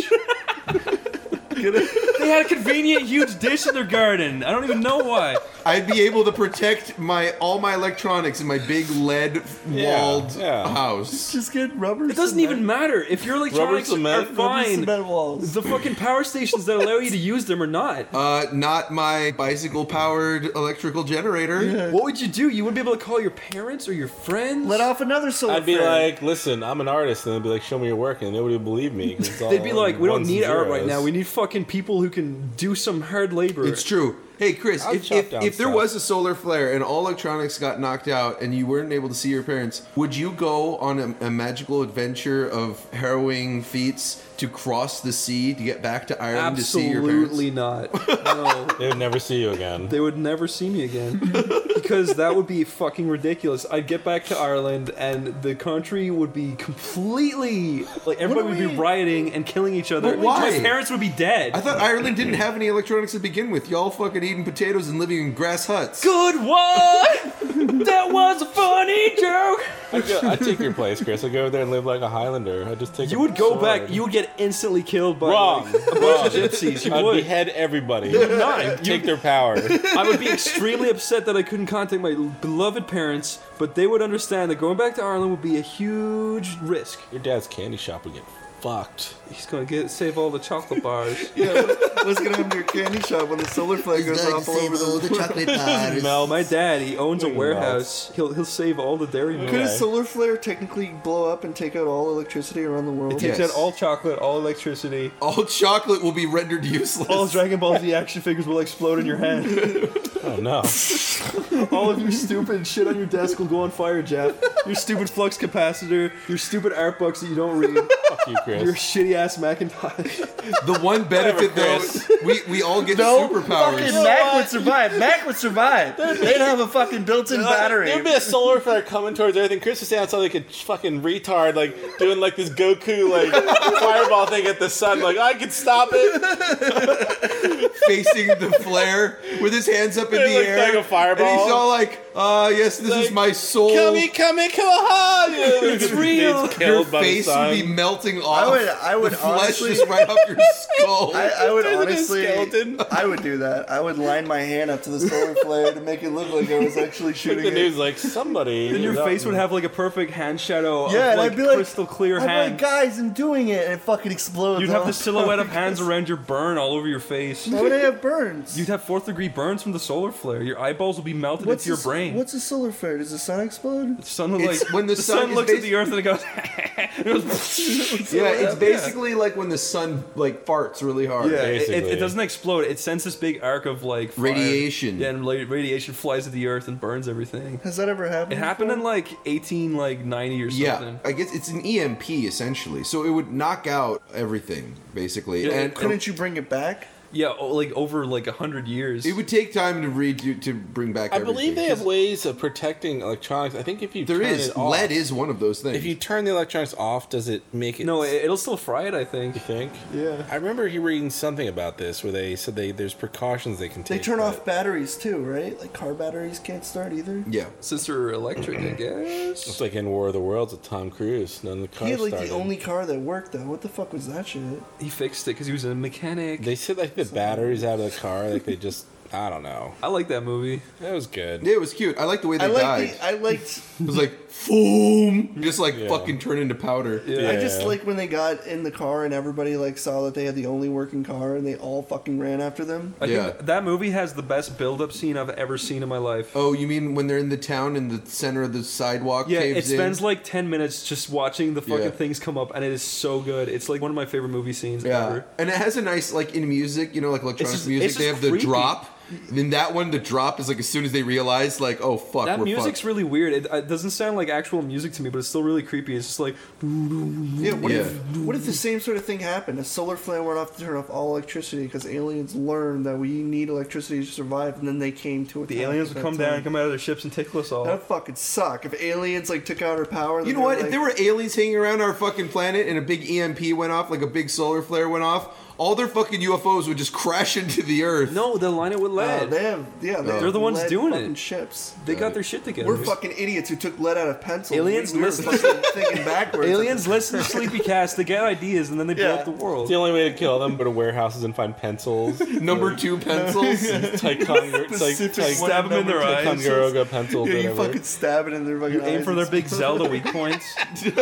S7: Get it?
S4: They had a convenient huge dish in their garden. I don't even know why.
S6: I'd be able to protect my all my electronics in my big lead walled
S1: yeah.
S6: house.
S7: Just get rubber.
S4: It doesn't even matter if your electronics are
S1: cement?
S4: fine.
S7: cement walls.
S4: The fucking power stations that allow you to use them or not.
S6: Uh, not my bicycle powered electrical generator.
S4: What would you do? You wouldn't be able to call your parents or your friends.
S7: Let off another solar.
S1: I'd be
S7: flare.
S1: like, listen, I'm an artist, and they'd be like, show me your work, and nobody would believe me. 'cause it's all
S4: They'd be like, we don't
S1: ones and
S4: need art right
S1: zeros."
S4: now. We need fucking people who can do some hard labor.
S6: It's true. Hey, Chris,
S1: I'll
S6: if,
S1: chop
S6: if,
S1: down
S6: if there
S1: stuff.
S6: was a solar flare and all electronics got knocked out and you weren't able to see your parents, would you go on a, a magical adventure of harrowing feats to cross the sea to get back to Ireland to see your parents?
S4: Absolutely not. No.
S1: They would never see you again.
S4: They would never see me again. because that would be fucking ridiculous. I'd get back to Ireland and the country would be completely like everybody would be rioting and killing each other.
S6: But why?
S4: My parents would be dead.
S6: I thought Ireland didn't have any electronics to begin with. Y'all fucking eating potatoes and living in grass huts.
S4: Good one! that was a funny joke!
S1: I'd, go, I'd take your place, Chris. I'd go over there and live like a Highlander. I'd just take.
S4: You
S1: a
S4: would go
S1: sword.
S4: back, you would get instantly killed by
S1: wrong.
S4: like,
S1: wrong.
S4: gypsies. You
S1: I'd
S4: would.
S1: behead everybody.
S4: not.
S1: Take their power.
S4: I would be extremely upset that I couldn't contact my beloved parents, but they would understand that going back to Ireland would be a huge risk.
S1: Your dad's candy shop would get fucked.
S4: He's gonna get save all the chocolate bars.
S7: What's gonna happen to your candy shop when the solar flare goes
S8: Doug
S7: off all over
S8: saves all
S7: the?
S8: the chocolate bars.
S1: Mel,
S4: My dad, he owns a
S1: Wait,
S4: warehouse. He'll he'll save all the dairy milk.
S7: Could a
S1: Okay.
S7: solar flare technically blow up and take out all electricity around the world?
S4: It takes
S6: Yes.
S4: out all chocolate, all electricity,
S6: All chocolate will be rendered useless.
S4: all Dragon Ball Z action figures will explode in your head.
S1: Oh no.
S4: all of your stupid shit on your desk will go on fire, Jeff. Your stupid flux capacitor, your stupid art books that you don't read,
S1: Fuck you, Chris.
S4: your shitty ass Macintosh.
S6: the one benefit, though,
S1: Chris.
S6: we, we all get
S7: Fucking
S6: superpowers.
S7: Mac would survive. Mac would survive. They'd have a fucking built-in
S1: There'd Uh, be a solar flare coming towards everything. Chris was saying it's like a fucking retard, like doing like this Goku like fireball thing at the sun. Like I can stop it.
S6: Facing the flare with his hands up in the
S1: It looks
S6: air.
S1: like a fireball.
S6: And he's all like, ah, yes, this
S1: Like,
S6: is my soul.
S1: Kill me, kill me, kill hard. It's
S4: real.
S6: Your
S1: Killed by
S6: face
S1: the sun.
S6: would be melting off.
S7: I would- I would
S6: the flesh
S7: honestly-
S6: is right off your skull.
S7: I, I would
S1: Turns into a
S7: honestly,
S1: skeleton.
S7: I would do that. I would line my hand up to the solar flare to make it look like I was actually shooting
S1: the
S7: it.
S1: news like somebody.
S4: Then your face would have like a perfect hand shadow
S7: Yeah,
S4: of
S7: and
S4: like,
S7: I'd be like,
S4: crystal clear
S7: I'd be like,
S4: hand.
S7: guys, I'm doing it, and it fucking explodes.
S4: You'd
S7: Oh,
S4: have the silhouette of hands around your burn all over your face.
S7: Why would I have Oh, burns?
S4: You'd have fourth degree burns from the solar solar flare. Your eyeballs will be melted
S7: What's
S4: into your
S7: a,
S4: brain.
S7: What's a solar flare? Does the sun explode?
S4: the sun will,
S6: It's
S4: like
S6: when the sun
S4: sun
S6: is
S4: looks at
S6: basi-
S4: the earth and it goes. it goes
S6: Yeah, it's basically like when the sun like farts really hard.
S4: Yeah, it, it,
S1: Basically.
S4: it doesn't explode. It sends this big arc of like fire.
S6: Radiation.
S4: Yeah, and la- radiation flies to the earth and burns everything.
S7: Has that ever happened?
S4: It happened in like eighteen like ninety or
S6: Yeah,
S4: something.
S6: I guess it's an EMP essentially, so it would knock out everything basically,
S4: Yeah,
S6: and
S7: Couldn't you bring it back?
S4: Yeah, oh, like over like hundred years.
S6: it would take time to redo to bring back.
S1: I believe they
S6: everything.
S1: have ways of protecting electronics. I think if you
S6: There
S1: turn
S6: is
S1: it off,
S6: lead is one of those things.
S1: if you turn the electronics off, does it make it?
S4: no, it, it'll still fry it. I think.
S1: you think? Yeah. I remember he reading something about this where they said they there's precautions they can
S7: They
S1: take.
S7: turn
S1: but-
S7: off batteries too, right? Like car batteries can't start either.
S6: yeah,
S4: Since they're electric, I
S1: It's
S4: guess.
S1: like in War of the Worlds with Tom Cruise. None of the cars
S7: He had like the
S1: started.
S7: only car that worked though. What the fuck was that shit?
S4: He fixed it because he was a mechanic.
S1: They said like the batteries out of the car, like they just I don't know.
S4: I like that movie.
S1: That was good.
S6: Yeah, it was cute. I like the way they
S7: I
S6: died.
S7: like the, I liked
S6: it was like boom, just like
S1: Yeah.
S6: fucking turn into powder.
S7: I
S1: Yeah.
S7: just like when they got in the car and everybody like saw that they had the only working car and they all fucking ran after them.
S4: I
S6: Yeah.
S4: think that movie has the best build-up scene I've ever seen in my life.
S6: Oh, you mean when they're in the town and the center of the sidewalk
S4: Yeah,
S6: caves
S4: it spends
S6: in?
S4: like 10 minutes just watching the fucking
S6: Yeah.
S4: things come up, and it is so good. It's like one of my favorite movie scenes
S6: yeah,
S4: ever.
S6: and it has a nice like in music, you know, like electronic
S4: just-
S6: music.
S4: it's
S6: They
S4: just
S6: have the
S4: creepy.
S6: drop. Then that one, the drop is like as soon as they realize, like, oh fuck,
S4: That
S6: we're
S4: music's
S6: fucked.
S4: really weird. It, it doesn't sound like actual music to me, but it's still really creepy. It's just like,
S7: Yeah, what
S6: Yeah.
S7: if what if the same sort of thing happened? A solar flare went off to turn off all electricity because aliens learned that we need electricity to survive, and then they came to it.
S4: the aliens would come down and come out of their ships and tickle us all.
S7: That fucking suck. If aliens like took out our power,
S6: You
S7: then
S6: know what?
S7: they're
S6: if there
S7: like-
S6: were aliens hanging around our fucking planet and a big EMP went off, like a big solar flare went off, all their fucking UFOs would just crash into the earth.
S4: no, they'll line it with
S7: Oh,
S4: lead.
S7: they have yeah, they
S4: They're the ones
S7: lead
S4: doing
S7: fucking
S4: it.
S7: Ships.
S4: they
S6: uh,
S4: got their shit together.
S7: We're fucking idiots who took lead out of pencils.
S4: Aliens
S7: we, we were
S4: listen-
S7: fucking thinking backwards.
S4: Aliens listen to Sleepy Cast, they get ideas, and then they blow
S7: Yeah.
S4: up the world.
S1: the only way to kill them, go to warehouses and find pencils.
S6: Number two pencils.
S1: Ticonderoga,
S7: Specific one
S4: Stab 'em in their eyes.
S1: Ticonderoga pencils.
S7: Yeah, you
S1: whatever.
S7: fucking stab it in their fucking
S4: You aim
S7: eyes.
S4: for their
S7: It's-
S4: big Zelda weak points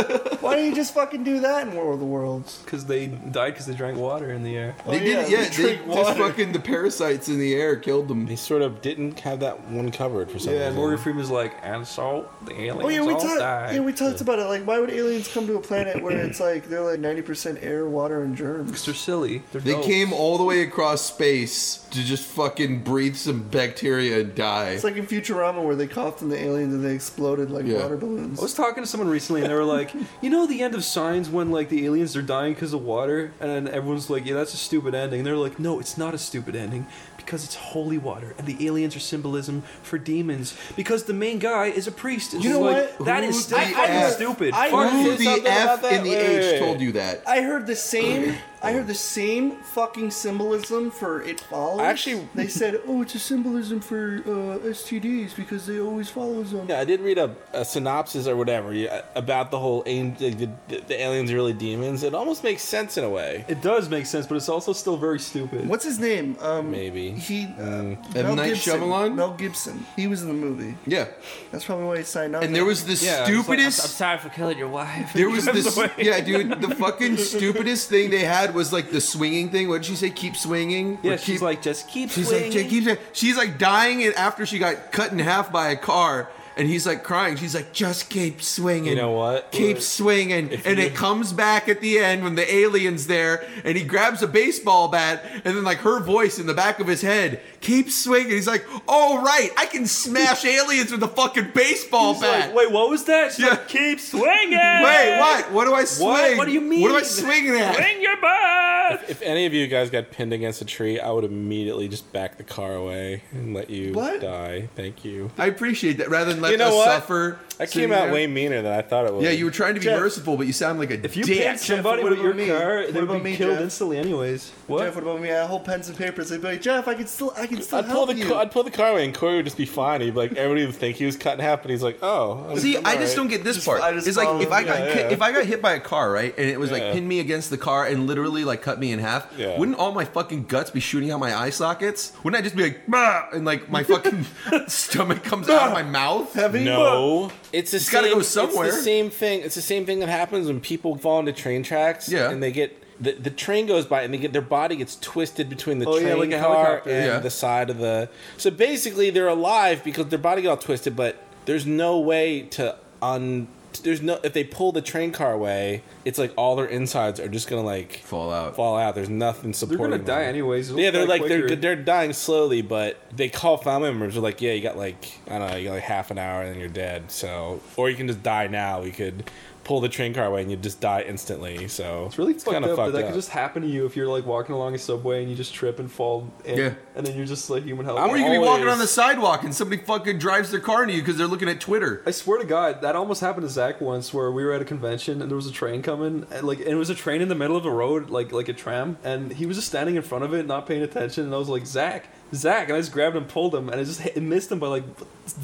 S7: Why don't you just fucking do that in War of the Worlds?
S4: because they died because they drank water in the air.
S6: They
S7: Oh,
S6: did,
S7: yeah,
S6: yeah.
S7: they
S6: They,
S7: drink
S6: just
S7: water.
S6: fucking the parasites in the air killed them.
S1: They sort of didn't have that one covered for some
S4: Yeah,
S1: reason.
S4: Morgan Freeman's like, and so the aliens
S7: Oh yeah, we
S4: all
S7: talked.
S4: died.
S7: Yeah, we talked about it. Like, why would aliens come to a planet where it's like they're like ninety percent air, water, and germs?
S4: they're silly. They're
S6: They
S4: dope.
S6: came all the way across space to just fucking breathe some bacteria and die.
S7: It's like in Futurama where they coughed in the aliens and they exploded like
S6: Yeah.
S7: water balloons.
S4: I was talking to someone recently, and they were like, "You know, the end of Signs when like the aliens are dying because of water," and everyone's like, "Yeah, that's a stupid ending." they're like, "No, it's not a stupid ending because it's holy water, and the aliens are symbolism for demons because the main guy is a priest." And
S6: You know
S4: like,
S6: what?
S4: That
S6: Who
S4: is still
S6: the
S4: fucking
S6: F-
S4: stupid.
S7: I-
S4: Fuck
S6: Who
S1: Say
S6: the
S1: something about
S6: F
S1: that.
S6: in the
S1: Wait, wait, wait.
S6: H told you that?
S7: I heard the same. I heard the same fucking symbolism for it follows.
S1: Actually-
S7: they said, "Oh, it's a symbolism for uh, STDs because they always follows them."
S1: Yeah, I did read a, a synopsis or whatever yeah, about the whole aim, like, the, the, the aliens are really demons. It almost makes sense in a way.
S4: it does make sense, but it's also still very stupid.
S7: What's his name? Um,
S1: Maybe.
S7: he. Uh,
S6: M.
S7: Mel
S6: Night
S7: Gibson.
S6: Shyamalan?
S7: Mel Gibson. He was in the movie.
S6: Yeah.
S7: That's probably why he signed on.
S6: And there was the stupidest.
S4: sorry for killing your wife.
S6: There was this. Yeah, dude. The fucking stupidest thing they had was like the swinging thing. What did she say? Keep swinging.
S4: Yeah,
S6: Or
S4: she's
S6: keep-
S4: like, just keep
S6: She's like, "Jake, keep swinging." she's like dying, and after she got cut in half by a car, and he's like crying. She's like, just keep swinging.
S1: You know what?
S6: Keep swinging, and it comes back at the end when the alien's there, and he grabs a baseball bat, and then like her voice in the back of his head, keep swinging. He's like, "Oh right, I can smash aliens with a fucking baseball
S4: She's
S6: bat."
S4: like, wait, what was that? She's
S6: Yeah.
S4: like, keep swinging.
S6: Wait, what? What do I swing?
S4: What do you
S6: What am I
S4: mean?
S6: swinging at?
S4: Swing your butt.
S1: If any of you guys got pinned against a tree, I would immediately just back the car away and let you
S7: What?
S1: die. Thank you.
S6: I appreciate that. Rather than let
S1: You know
S6: us
S1: what?
S6: suffer,
S1: That
S6: sitting
S1: came out
S6: there.
S1: way meaner than I thought it would.
S6: Yeah, you were trying to be
S7: Jeff,
S6: merciful, but you sound like a
S4: If you
S6: dick.
S4: pinned somebody
S7: what
S4: with your
S7: about me?
S4: car,
S7: What
S4: they would
S7: about
S4: be
S7: me,
S4: killed
S7: Jeff?
S4: instantly, anyways. What?
S7: Jeff, what about me? I hold pens and papers. They'd be like, Jeff, I can still, I can still
S1: I'd pull
S7: help
S1: the
S7: you.
S1: ca- I'd pull the car away and Corey would just be fine. He'd be like, everybody would think he was cut in half, but he's like, oh. I'm-
S6: See,
S1: I'm
S6: I
S1: all
S6: just
S1: right.
S6: don't get this part.
S7: I just
S6: It's like
S7: follow
S6: if
S7: him.
S6: I got
S1: Yeah,
S6: ki-
S1: yeah.
S6: if I got hit by a car, right, and it was
S1: Yeah.
S6: like pin me against the car and literally like cut me in half.
S1: Yeah.
S6: Wouldn't all my fucking guts be shooting out my eye sockets? Wouldn't I just be like, bah! and like my fucking stomach comes out of my mouth?
S7: Heavy?
S1: No, it's the
S6: gotta
S1: same-
S6: go somewhere.
S1: It's the same thing. It's the same thing that happens when people fall into train tracks.
S6: Yeah.
S1: and they get the, the train goes by and they get, their body gets twisted between the
S4: Oh, yeah,
S1: train
S4: like a
S1: car
S4: helicopter.
S1: and
S6: Yeah.
S1: the side of the. So basically, they're alive because their body got all twisted, but there's no way to un. There's no if they pull the train car away, it's like all their insides are just gonna like
S6: Fall out.
S1: Fall out. There's nothing
S4: They're
S1: supporting.
S4: gonna die
S1: them.
S4: anyways. It'll
S1: Yeah, they're
S4: die
S1: like they're
S4: quicker.
S1: they're dying slowly, but they call family members. They're like, yeah, you got like I don't know, you got like half an hour and then you're dead. So, or you can just die now. We could pull the train car away and you just die instantly. So
S4: It's really fucked
S1: kinda
S4: up that that could just happen to you if you're like walking along a subway and you just trip and fall. And,
S6: Yeah.
S4: And then you're just like human health.
S6: How are you gonna be walking
S1: Always.
S6: on the sidewalk and somebody fucking drives their car into you because they're looking at Twitter?
S4: I swear to God, that almost happened to Zach once, where we were at a convention and there was a train coming, and like, and it was a train in the middle of a road, like like a tram, and he was just standing in front of it, not paying attention, and I was like, Zach, Zach, and I just grabbed him, pulled him, and I just hit, and missed him by like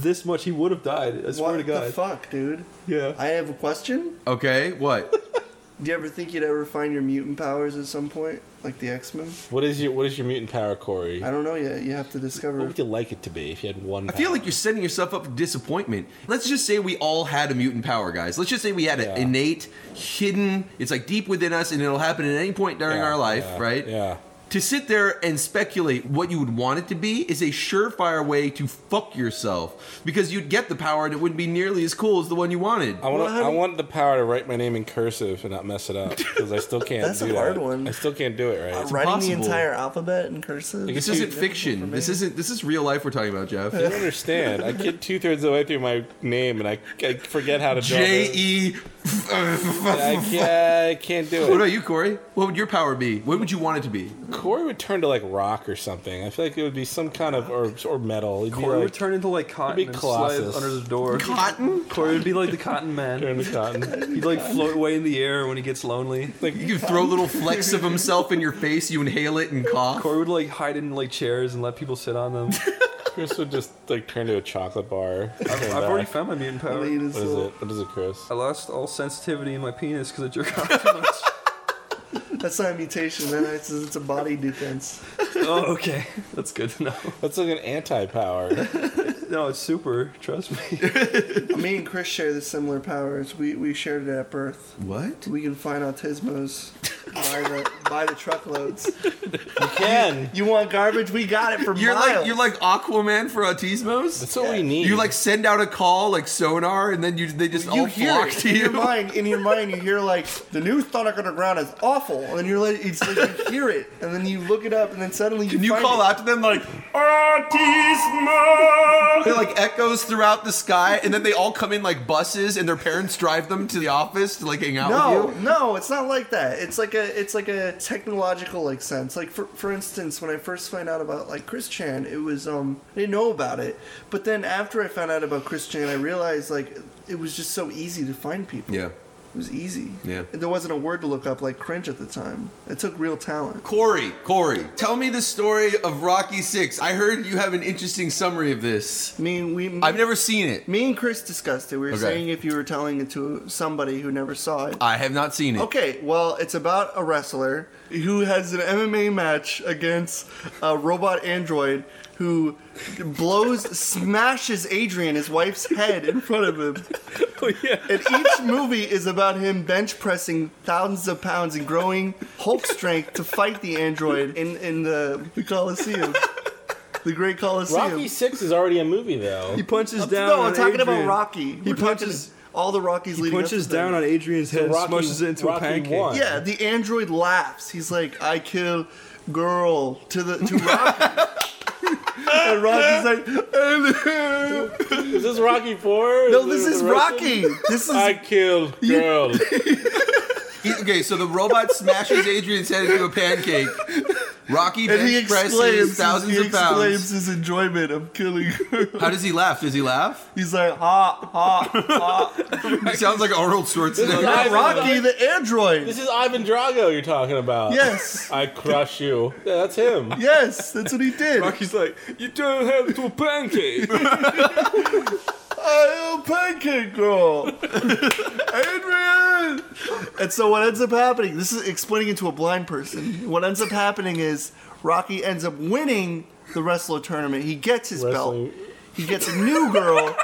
S4: this much. He would have died. I swear
S7: What
S4: to
S7: the
S4: God.
S7: fuck, dude?
S4: Yeah.
S7: I have a question.
S6: Okay, what?
S7: Do you ever think you'd ever find your mutant powers at some point, like the X Men?
S1: What is your what is your mutant power, Corey?
S7: I don't know yet. You have to
S1: What
S7: discover.
S1: would you like it to be if you had one?
S6: I
S1: power?
S6: feel like you're setting yourself up for disappointment. Let's just say we all had a mutant power, guys. Let's just say we had an
S1: Yeah.
S6: innate, hidden, it's like deep within us and it'll happen at any point during
S1: Yeah,
S6: our life,
S1: yeah,
S6: right?
S1: Yeah.
S6: To sit there and speculate what you would want it to be is a surefire way to fuck yourself because you'd get the power and it wouldn't be nearly as cool as the one you wanted.
S1: I want I want the power to write my name in cursive and not mess it up because I still can't
S7: That's
S1: do
S7: a
S1: that.
S7: hard one.
S1: I still can't do it right.
S7: Uh, writing
S6: impossible.
S7: the entire alphabet in cursive.
S1: You
S6: This
S1: It's too
S6: isn't fiction. This isn't. This is real life we're talking
S1: I
S6: about, Jeff.
S1: don't understand. I get two thirds of the way through my name and I, I forget how to draw.
S6: J E.
S1: I can't, I can't do it.
S6: What about you, Corey? What would your power be? What would you want it to be?
S1: Corey would turn to like rock or something. I feel like it would be some kind of or or metal. He'd
S4: Corey
S1: be
S4: would
S1: like,
S4: turn into like cotton
S1: be
S4: and slide
S1: Colossus.
S4: under the door.
S6: Cotton.
S4: Corey would be like the cotton man.
S1: turn to cotton.
S4: He'd like float away in the air when he gets lonely.
S6: You could throw little flecks of himself in your face. You inhale it and cough.
S4: Corey would like hide in like chairs and let people sit on them.
S1: Chris would just like turn to a chocolate bar.
S4: I've, I've already found my mutant power.
S7: Lead is
S1: What is
S7: little-
S1: it? What is it, Chris?
S4: I lost all sensitivity in my penis because I jerk off too much.
S7: That's not a mutation, man. It's, it's a body defense. Uh,
S4: oh, okay. That's good to know.
S1: That's like an anti-power.
S4: No, it's super. Trust me.
S7: Me and Chris share the similar powers. We we shared it at birth.
S6: What?
S7: We can find autismos by the by the truckloads.
S1: Ken,
S7: You want garbage? We got it for
S6: You're
S7: miles.
S6: like you're like Aquaman for autismos.
S1: that's what we need.
S6: You like send out a call like sonar, and then you they just
S7: you
S6: all
S7: hear
S6: flock
S7: it
S6: to
S7: in
S6: you.
S7: your mind. In your mind, you hear like the new Sonic Underground is awful, and then you're like, it's like you hear it, and then you look it up, and then suddenly you
S6: Can you
S7: find
S6: call
S7: it.
S6: out to them like autismo? It like echoes throughout the sky, and then they all come in like buses, and their parents drive them to the office to like hang out
S7: No,
S6: with you.
S7: no, it's not like that. It's like a it's like a technological like sense. Like for for instance, when I first found out about like Chris Chan, it was um I didn't know about it. But then after I found out about Chris Chan, I realized like it was just so easy to find people.
S6: Yeah,
S7: It was easy.
S6: Yeah.
S7: And there wasn't a word to look up like cringe at the time. It took real talent.
S6: Corey, Corey, tell me the story of Rocky Six. I heard you have an interesting summary of this.
S7: I mean, we
S6: I've never seen it.
S7: me and Chris discussed it. We were
S6: Okay.
S7: saying if you were telling it to somebody who never saw it.
S6: I have not seen it.
S7: Okay, well, it's about a wrestler who has an MMA match against a robot android who blows, smashes Adrian, his wife's head, in front of him.
S4: Oh,
S7: And each movie is about him bench pressing thousands of pounds and growing Hulk strength to fight the android in, in the, the Coliseum. The Great Coliseum.
S1: Rocky Six is already a movie though.
S4: He punches down.
S7: no, I'm
S4: on
S7: talking about
S4: Adrian.
S7: Rocky.
S4: He
S7: We're talking
S4: punches-
S7: all the Rockies
S4: He
S7: leading up
S4: punches
S7: to them.
S4: down on Adrian's head,
S1: Rocky-
S4: smashes it into
S1: Rocky
S4: a pancake.
S1: won.
S7: Yeah, the android laughs. He's like, "I kill girl" to the to Rocky. and Rocky's like,
S1: Is this Rocky Four?
S7: "No, this is Rocky. This is
S1: I killed girls.
S6: He- okay, so the robot smashes Adrian's head into a pancake. Rocky
S7: and he
S6: bench
S7: exclaims,
S6: presses thousands
S7: he
S6: of pounds.
S7: exclaims his enjoyment of killing her.
S6: How does he laugh? Does he laugh?
S7: He's like, "Ha ha!"
S6: He sounds like Arnold Schwarzenegger.
S7: Not Rocky, the android.
S1: This is Ivan Drago you're talking about.
S7: Yes.
S1: I crush you. Yeah, that's him.
S7: Yes, that's what he did.
S4: Rocky's like, you don't have to a pancake.
S7: I am Pancake Girl. Adrian. And so what ends up happening? This is explaining it to a blind person. What ends up happening is Rocky ends up winning the wrestler tournament. He gets his
S1: Wrestling.
S7: belt. He gets a new girl.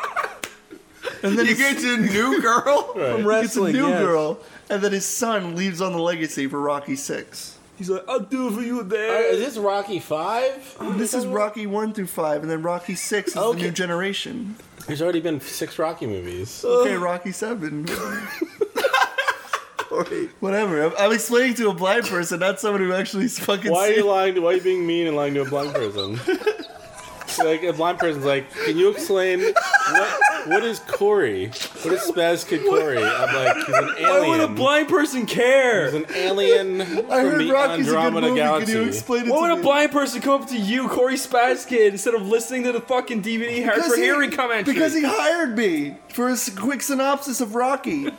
S7: And then
S6: You
S7: he
S6: get to new girl.
S7: from wrestling,
S4: Wrestling,
S7: gets a new
S4: yes.
S7: girl. and then his son leaves on the legacy for Rocky Six.
S4: He's like, I'll do it for you,
S1: Alright, is
S4: Dad.
S1: this Rocky Five?
S7: This is Rocky One through Five, and then Rocky Six is
S1: Okay.
S7: the new generation.
S1: There's already been six Rocky movies.
S7: Okay, Rocky Seven. Or eight. Whatever. I'm, I'm explaining to a blind person, not someone who actually is fucking.
S1: Why are
S7: seen-
S1: you lying? To, why are you being mean and lying to a blind person? like a blind person's like, can you explain what what is Corey? What is Spaz Kid Corey? I'm like, he's an alien.
S4: Why would a blind person care?
S1: He's an alien
S7: I
S1: from
S7: heard
S1: the
S7: Rocky's
S1: Andromeda
S7: a good movie.
S1: galaxy.
S7: Can you explain it
S4: Why
S7: to
S4: would a
S7: me?
S4: blind person come up to you, Corey Spazkid, instead of listening to the fucking DVD Harry
S7: Because
S4: for
S7: he-
S4: Harry commentary?
S7: Because he hired me for a s- quick synopsis of Rocky.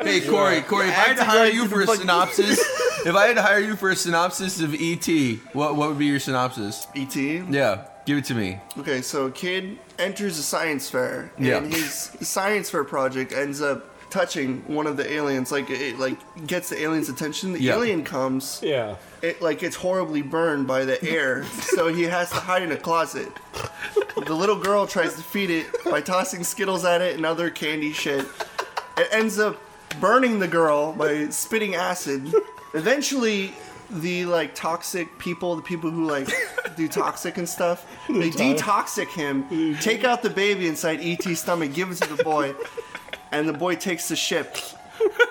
S6: Hey Corey, Corey, if I had to hire you for a synopsis, if I had to hire you for a synopsis of ET, what what would be your synopsis?
S7: E.T.
S6: Yeah, give it to me.
S7: Okay, so a kid enters a science fair, and
S6: Yeah.
S7: his science fair project ends up touching one of the aliens. Like, it like gets the alien's attention. The
S6: Yeah.
S7: alien comes.
S1: Yeah.
S7: It like gets horribly burned by the air, so he has to hide in a closet. The little girl tries to feed it by tossing Skittles at it and other candy shit. It ends up burning the girl by spitting acid. Eventually, the like toxic people, the people who like do toxic and stuff, they detoxic him, take out the baby inside ET's stomach, give it to the boy, and the boy takes the ship.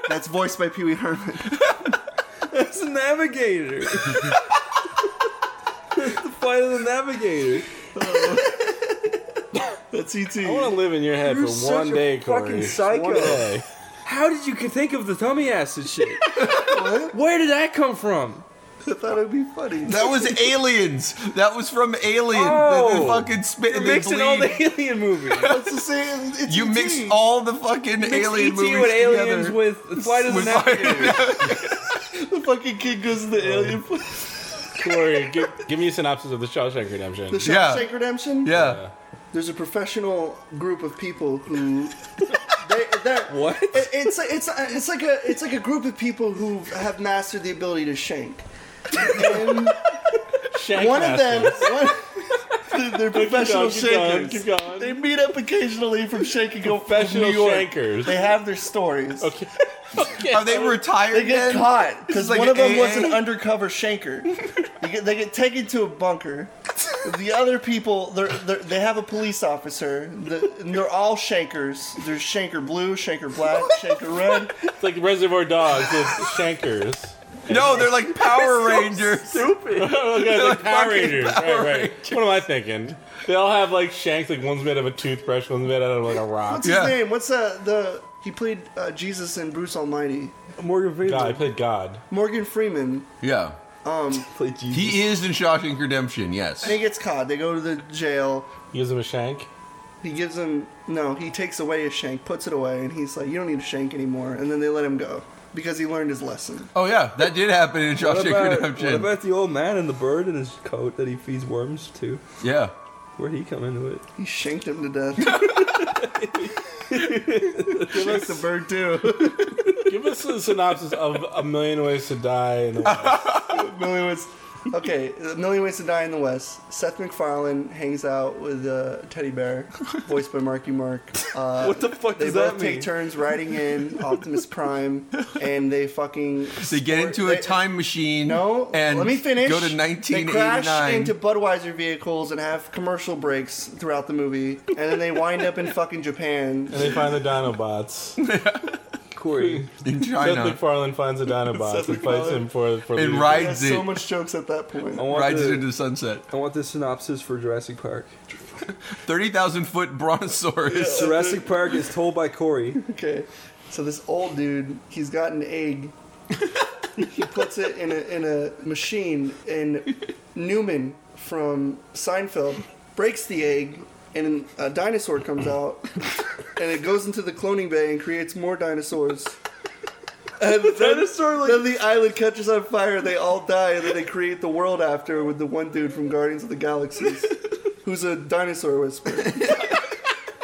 S7: That's voiced by Pee Wee Herman.
S4: It's a navigator. the fight of the navigator.
S7: That's ET.
S1: I want to live in your head
S4: You're
S1: for
S4: such
S1: one
S4: a
S1: day, Corey.
S4: fucking
S1: Just
S4: psycho.
S1: One day.
S4: How did you think of the tummy acid shit? Where did that come from?
S7: I thought it'd be funny.
S6: That was aliens. That was from Alien.
S4: Oh.
S6: They- they fucking spit
S4: You're
S6: and they
S4: mixing all
S6: bleed.
S4: the alien movies.
S7: It's the same. It's E
S6: You
S7: ET.
S6: mix all the fucking
S4: Mix
S6: alien
S4: ET
S6: movies
S4: with aliens
S6: together.
S4: with the flight of the
S6: With Flight
S4: navigator.
S7: the fucking kid goes to
S1: Oh,
S7: the alien. place.
S1: Corey, give, give me a synopsis of the Shawshank Redemption.
S7: The
S6: Yeah.
S7: Shawshank Redemption.
S6: yeah.
S7: There's a professional group of people who. They, they're,
S4: What?
S7: It, it's like- it's it's like a it's like a group of people who have mastered the ability to shank. And
S1: Shank
S7: one of them,
S1: masters.
S7: one, they're professional
S1: Keep going,
S7: shankers.
S1: keep going, keep going.
S7: They meet up occasionally from shaking off
S1: Professional
S7: New York.
S1: shankers.
S7: They have their stories.
S1: Okay.
S6: Are they retired
S7: They
S6: then?
S7: get caught
S6: It's
S7: because
S6: like
S7: one of them was
S6: AA.
S7: an undercover shanker. they, get, they get taken to a bunker. The other people, they're, they're, they have a police officer, the, and they're all shankers. There's shanker blue, shanker black, shanker red.
S1: It's like Reservoir Dogs with Shankers.
S6: No, they're like Power Rangers.
S1: Oh, guys, like
S6: Like
S1: Power
S6: fucking
S1: Rangers.
S6: Power
S1: right, right. What am I thinking? They all have like shanks. Like one's made of a toothbrush, one's made out of like a rock.
S7: What's
S6: Yeah.
S7: his name? What's uh, the? He played uh, Jesus in Bruce Almighty.
S4: Morgan Freeman.
S1: God, I played God.
S7: Morgan Freeman.
S6: Yeah.
S4: played Jesus.
S6: He is in Shawshank Redemption, yes.
S7: He gets caught. They go to the jail.
S1: Gives him a shank.
S7: He gives him no. He takes away his shank, puts it away, and he's like, "You don't need a shank anymore." And then they let him go because he learned his lesson.
S6: Oh yeah, that did happen in
S4: What
S6: Shawshank
S4: about, what
S6: Redemption.
S4: about the old man and the bird in his coat that he feeds worms to?
S6: yeah.
S4: Where'd he come into it?
S7: He shanked him to death. Shanked the bird too.
S1: Give us a synopsis of A Million Ways to Die. In the West.
S7: Million ways. Okay, A Million Ways to Die in the West. Seth MacFarlane hangs out with a teddy bear, voiced by Marky Mark. Uh,
S4: What the fuck
S7: they
S4: does
S7: both
S4: that
S7: take
S4: mean?
S7: turns riding in Optimus Prime, and they fucking
S6: They get into a
S7: they-
S6: time machine
S7: No,
S6: and
S7: let me finish.
S6: go to
S7: They crash
S6: 1989.
S7: into Budweiser vehicles and have commercial breaks throughout the movie, and then they wind up in fucking Japan.
S1: and they find the Dinobots.
S4: Corey.
S6: in
S1: Seth
S6: China.
S1: MacFarlane finds the Dinobots
S7: Seth
S1: and fights him for for leadership.
S6: And
S7: They have
S6: rides
S7: so
S6: it.
S7: much jokes at that point.
S4: I want,
S6: Rides it into
S4: the,
S6: the sunset.
S4: I want the synopsis for Jurassic Park.
S6: 30,000 foot brontosaurus.
S4: Jurassic Park is told by Corey.
S7: Okay, so this old dude, he's got an egg. he puts it in a in a machine, and Newman from Seinfeld breaks the egg, and a dinosaur comes out, and it goes into the cloning bay and creates more dinosaurs. And then,
S4: Dinosaur, like-
S7: then the island catches on fire. They all die, and then they create the world after with the one dude from Guardians of the Galaxies, who's a dinosaur whisperer.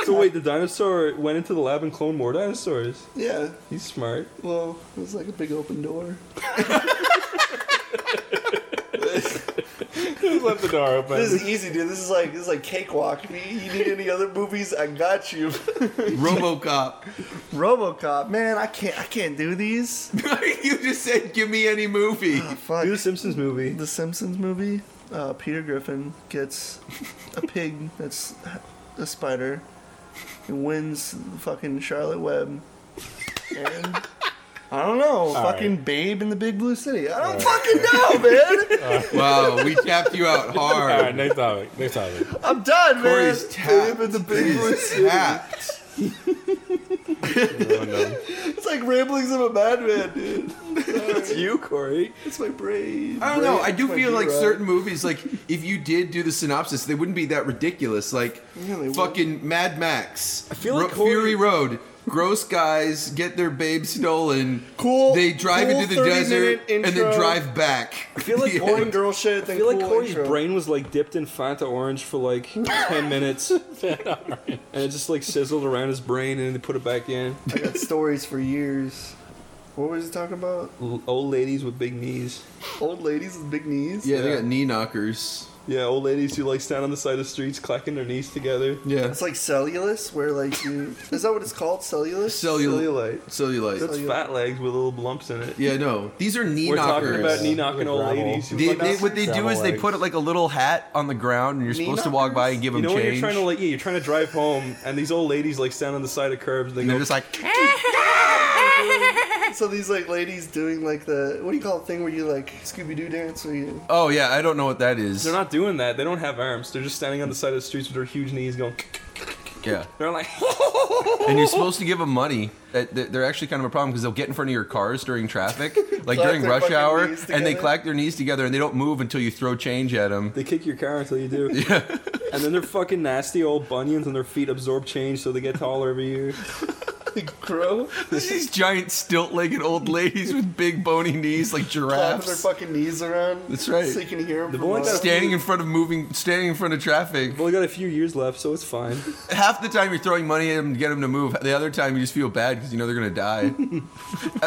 S4: So wait, the dinosaur went into the lab and cloned more dinosaurs.
S7: Yeah,
S4: He's smart.
S7: Well, it was like a big open door.
S1: Just left the door open.
S7: This is easy, dude. This is like this is like cakewalk. If you, you need any other movies, I got you.
S6: RoboCop.
S7: RoboCop, man, I can't I can't do these.
S6: you just said, "Give me any movie."
S7: Fuck.
S4: Do the Simpsons movie.
S7: The Simpsons movie. Uh, Peter Griffin gets a pig that's a spider and wins the fucking Charlotte Web. And I don't know, fucking Babe in the Big Blue City. I don't fucking know, man.
S6: Wow, we tapped you out hard.
S1: All right, next topic. Next topic.
S7: I'm done, man.
S6: Corey's
S7: Babe
S6: tapped.
S7: in the Big Blue
S6: He's
S7: City.
S6: tapped.
S7: It's like ramblings of a madman, dude.
S4: It's you, Corey.
S7: It's my brain.
S6: I don't know. I do
S7: Might
S6: feel
S7: be
S6: like
S7: right.
S6: certain movies, like if you did do the synopsis, they wouldn't be that ridiculous. Like
S7: they
S6: fucking Mad Max, I
S4: feel like
S6: Fury
S4: Corey-
S6: Road. Gross guys get their babe stolen.
S7: Cool-
S6: They drive
S7: cool
S6: into the
S7: 30
S6: desert
S7: minute
S6: and then
S7: intro.
S6: drive back. I
S4: feel like
S7: boring girl shit. Then
S4: I feel like
S7: cool
S4: Corey's
S7: intro.
S4: brain was like dipped in Fanta orange for like ten minutes, and it just like sizzled around his brain, and then they put it back in.
S7: I got stories for years. What was he talking about?
S4: L- old ladies with big knees.
S7: Old ladies with big knees.
S6: Yeah, they got knee knockers.
S4: Yeah, old ladies who like stand on the side of the streets, clacking their knees together.
S6: Yeah,
S7: It's like cellulose, where like you is that what it's called? Cellulose.
S6: Cellul-
S4: Cellulite.
S6: cellulite.
S4: That's fat legs with little lumps in it.
S6: Yeah, no, these are knee
S4: We're
S6: knockers.
S4: talking about knee knocking old
S1: gravel.
S4: ladies. who
S6: They,
S4: fucking-
S6: they, what they do is they put like a little hat on the ground, and you're
S7: Knee
S6: supposed to walk by and give
S4: you
S6: them
S4: know when you're
S6: change.
S4: trying to like yeah, you're trying to drive home, and these old ladies like stand on the side of curbs. And they
S6: and they're
S4: go,
S6: just like,
S7: So these like ladies doing like the what do you call the thing where you like Scooby Doo dance where you
S6: "Oh yeah, I don't know what that is."
S4: They're not doing that. They don't have arms. They're just standing on the side of the streets with their huge knees going.
S6: yeah,
S4: They're like,
S6: and you're supposed to give them money. That that- they're actually kind of a problem because they'll get in front of your cars during traffic, like during
S7: their
S6: rush
S7: fucking
S6: hour,
S7: knees
S6: and they
S7: together.
S6: clack their knees together and they don't move until you throw change at them.
S4: they kick your car until you do. Yeah. And then they're fucking nasty old bunions and their feet absorb change so they get taller every year.
S7: grow
S6: These giant stilt-legged old ladies with big bony knees like
S7: clapping their
S6: giraffes,
S7: fucking knees around.
S6: That's right.
S7: So you can hear them.
S4: The
S7: from
S4: boy
S7: a-
S4: that-
S6: standing in front of moving, standing in front of traffic.
S4: Well, we got a few years left, so it's fine.
S6: half the time you're throwing money at them to get them to move. The other time you just feel bad because you know they're gonna die.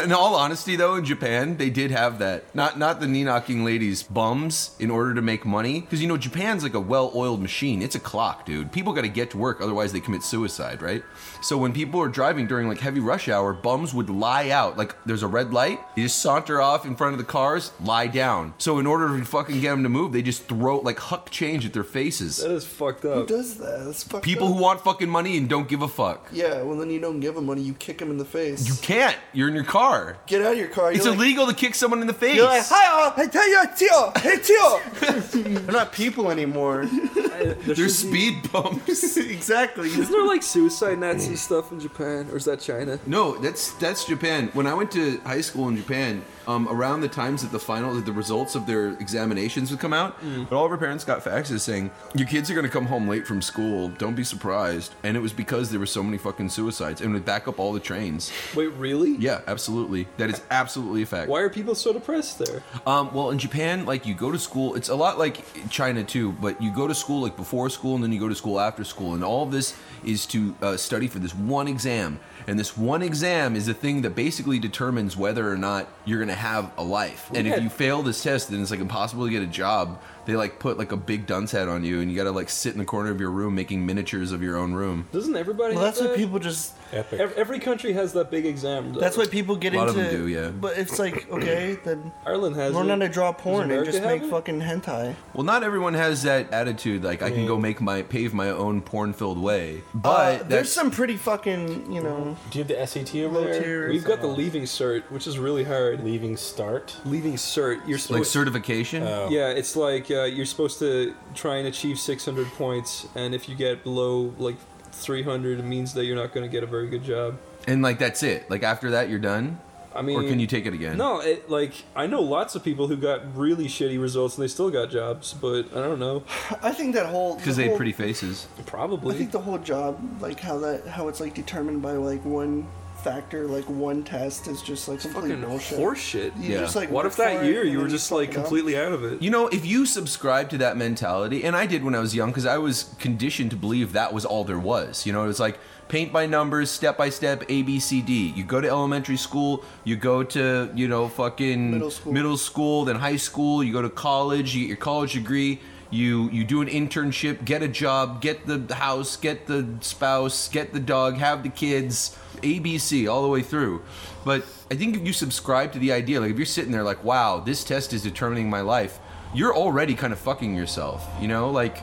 S6: in all honesty, though, in Japan they did have that. Not not the knee knocking ladies bums in order to make money because you know Japan's like a well oiled machine. It's a clock, dude. People got to get to work otherwise they commit suicide, right? So when people are driving during like heavy rush hour, bums would lie out. Like there's a red light, they just saunter off in front of the cars, lie down. So in order to fucking get them to move, they just throw like huck change at their faces.
S4: That is fucked
S7: Who
S4: up.
S7: does that? That's fucked
S6: People
S7: up.
S6: who want fucking money and don't give a fuck.
S7: Yeah, well then you don't give them money. You kick them in the face.
S6: You can't. You're in your car.
S7: Get out of your car.
S6: It's
S7: you're like-
S6: illegal to kick someone in the face.
S7: You're like, hi, all. Hey, tell you, Tio. Hey, Tio. They're not people anymore.
S4: They're
S6: There's speed bumps.
S7: exactly.
S4: Isn't there like suicide Nazi stuff in Japan, or is that China?
S6: no, that's that's Japan. When I went to high school in Japan, um, around the times that the final, that the results of their examinations would come out,
S7: Mm.
S6: but all of our parents got faxes saying your kids are going to come home late from school. Don't be surprised. And it was because there were so many fucking suicides, and would back up all the trains.
S4: Wait, really?
S6: Yeah, absolutely. That is absolutely a fact.
S4: Why are people so depressed there?
S6: Um, well, in Japan, like you go to school, it's a lot like China too, but you go to school like before school and then you go to school after school, and all of this is to uh, study for this one exam. And this one exam is the thing that basically determines whether or not you're gonna have a life. And if
S4: had-
S6: you fail this test, then it's like impossible to get a job. They like put like a big dunce hat on you, and you gotta like sit in the corner of your room making miniatures of your own room.
S4: Doesn't everybody?
S7: Well,
S4: have
S7: that's what
S4: that?
S7: people just.
S1: Epic.
S4: Ev- Every country has that big exam. Though.
S7: That's what people get
S6: A lot of
S7: into.
S6: them do, yeah.
S7: But it's like, okay, then
S4: Ireland has.
S7: learn
S4: it.
S7: how to draw
S4: Does
S7: porn and
S4: America
S7: just make
S4: have it?
S7: fucking hentai.
S6: Well, not everyone has that attitude. Like I can go make my pave my own porn-filled way,
S7: Mm. Uh,
S6: but
S7: there's
S6: that's-
S7: some pretty fucking, you know.
S1: Do you have the SAT over
S7: Low
S1: there?
S7: tier.
S4: We've got the leaving cert, which is really hard.
S1: Leaving start.
S4: Leaving cert, you're
S6: like
S4: supposed.
S6: certification.
S4: yeah, it's like uh, you're supposed to try and achieve 600 points, and if you get below like 300, it means that you're not going to get a very good job.
S6: And like that's it. Like after that, you're done.
S4: I mean,
S6: or can you take it again?
S4: No, it, like I know lots of people who got really shitty results and they still got jobs, but I don't know.
S7: I think that whole
S6: because
S7: the
S6: they had
S7: whole-
S6: pretty faces.
S7: I
S4: Probably.
S7: think the whole job, like how that, how it's like determined by like one factor like one test is just like complete
S4: Fucking
S7: bullshit.
S4: horseshit.
S7: You
S6: Yeah.
S7: just, like,
S4: What
S7: work
S4: if
S7: for
S4: that
S7: it
S4: year
S7: and
S4: you
S7: then
S4: were just
S7: fuck
S4: like
S7: it up?
S4: completely out of it?
S6: You know, if you subscribe to that mentality, and I did when I was young because I was conditioned to believe that was all there was. You know, it was like paint by numbers, step by step, A, B, C, D. You go to elementary school, you go to, you know, fucking
S7: Middle school.
S6: middle school, then high school, you go to college, you get your college degree. You, you do an internship, get a job, get the house, get the spouse, get the dog, have the kids, ABC all the way through. But I think if you subscribe to the idea, like if you're sitting there like, wow, this test is determining my life, you're already kind of fucking yourself. You know, like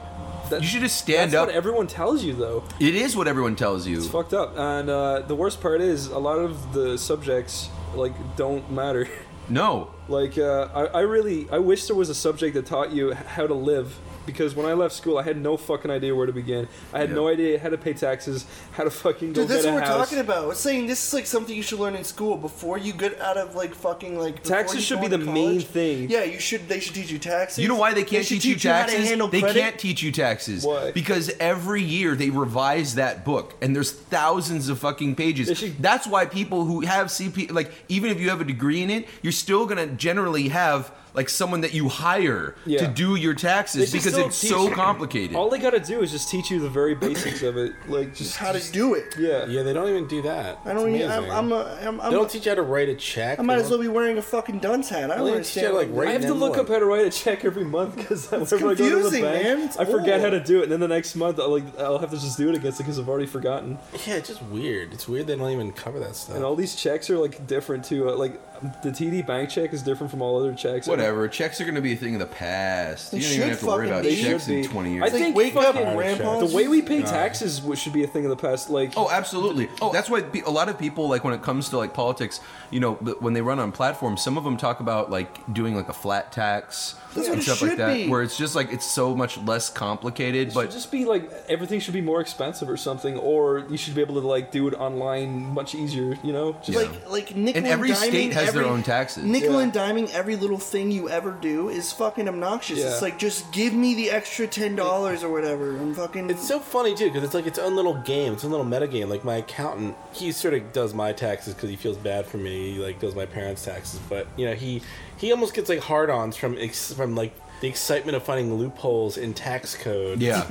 S4: That-
S6: you should just stand
S4: That's
S6: up.
S4: what everyone tells you though.
S6: it is what everyone tells you.
S4: It's fucked up. And uh, the worst part is a lot of the subjects like don't matter.
S6: No,
S4: Like uh, I, I really I wish there was a subject that taught you h- how to live because when I left school I had no fucking idea where to begin. I had no idea how to pay taxes, how to fucking go
S7: Dude, that's
S4: get
S7: what
S4: a
S7: we're
S4: house.
S7: talking about. We're saying this is like something you should learn in school before you get out of like fucking like. before
S4: Taxes
S7: you
S4: should
S7: go
S4: be
S7: into
S4: the main thing.
S7: Yeah, you should. They should teach you taxes.
S6: You know why they can't
S7: should
S6: teach you
S7: how to
S6: taxes?
S7: handle
S6: they
S7: credit.
S6: can't teach you taxes.
S4: Why?
S6: Because every year they revise that book, and there's thousands of fucking pages.
S4: They should-
S6: That's why people who have CP, like even if you have a degree in it, you're still gonna generally have like someone that you hire
S4: Yeah.
S6: to do your taxes
S4: They should
S6: because
S4: still
S6: it's
S4: teach-
S6: so complicated.
S4: All they gotta do is just teach you the very basics of it. Like just
S7: How to do it?
S4: yeah.
S1: Yeah, they don't even do that.
S7: I don't.
S1: It's
S7: Even, I'm.
S1: amazing.
S7: I'm, a, I'm, I'm
S1: they don't teach you how to write a check.
S7: I might
S1: They
S7: as well be wearing a fucking dunce hat. I
S1: don't-
S7: don't
S1: they don't teach you
S7: understand.
S1: how to, like
S7: what-
S1: write
S4: I have
S1: an
S4: to look up
S1: envelope.
S4: how to write a check every month because whenever I go to the
S7: confusing,
S4: bank,
S7: man. It's
S4: I forget
S7: old.
S4: how to do it, and then the next month, I'll, like I'll have to just do it again because I've already forgotten.
S1: Yeah, it's just weird. It's weird they don't even cover that stuff.
S4: And all these checks are like different too. Uh, Like the TD Bank check is different from all other checks.
S6: Whatever, checks are gonna be a thing of the past. You don't
S7: should
S6: even have to worry
S7: fucking
S6: about
S7: be.
S4: They
S6: checks
S4: should
S6: in
S4: be.
S6: 20 years.
S4: I
S7: It's like,
S4: think
S7: wake up,
S4: fucking
S7: grandpa.
S4: The way we pay taxes w- should be a thing of the past. Like
S6: Oh, absolutely. Oh, that's why pe- a lot of people like when it comes to like politics, you know, but when they run on platforms, some of them talk about like doing like a flat tax
S7: That's
S6: and
S7: what it
S6: stuff like
S7: should
S6: that,
S7: be.
S6: where it's just like it's so much less complicated.
S4: But
S6: But
S4: just be like everything should be more expensive or something, or you should be able to like do it online much easier. You know, just
S7: Like, like nickel
S6: And every
S7: and diming
S6: state has their
S7: every-
S6: own taxes.
S7: Nickel
S4: Yeah.
S7: and diming every little thing you ever do is fucking obnoxious.
S4: Yeah.
S7: It's like just give me the extra ten dollars or whatever. I'm fucking.
S1: It's so funny too because it's like its own little game, its own little metagame. Like my accountant, he sort of does my taxes because he feels bad for me. He like does my parents' taxes, but you know he he almost gets like hard-ons from ex- from like the excitement of finding loopholes in tax code.
S6: yeah,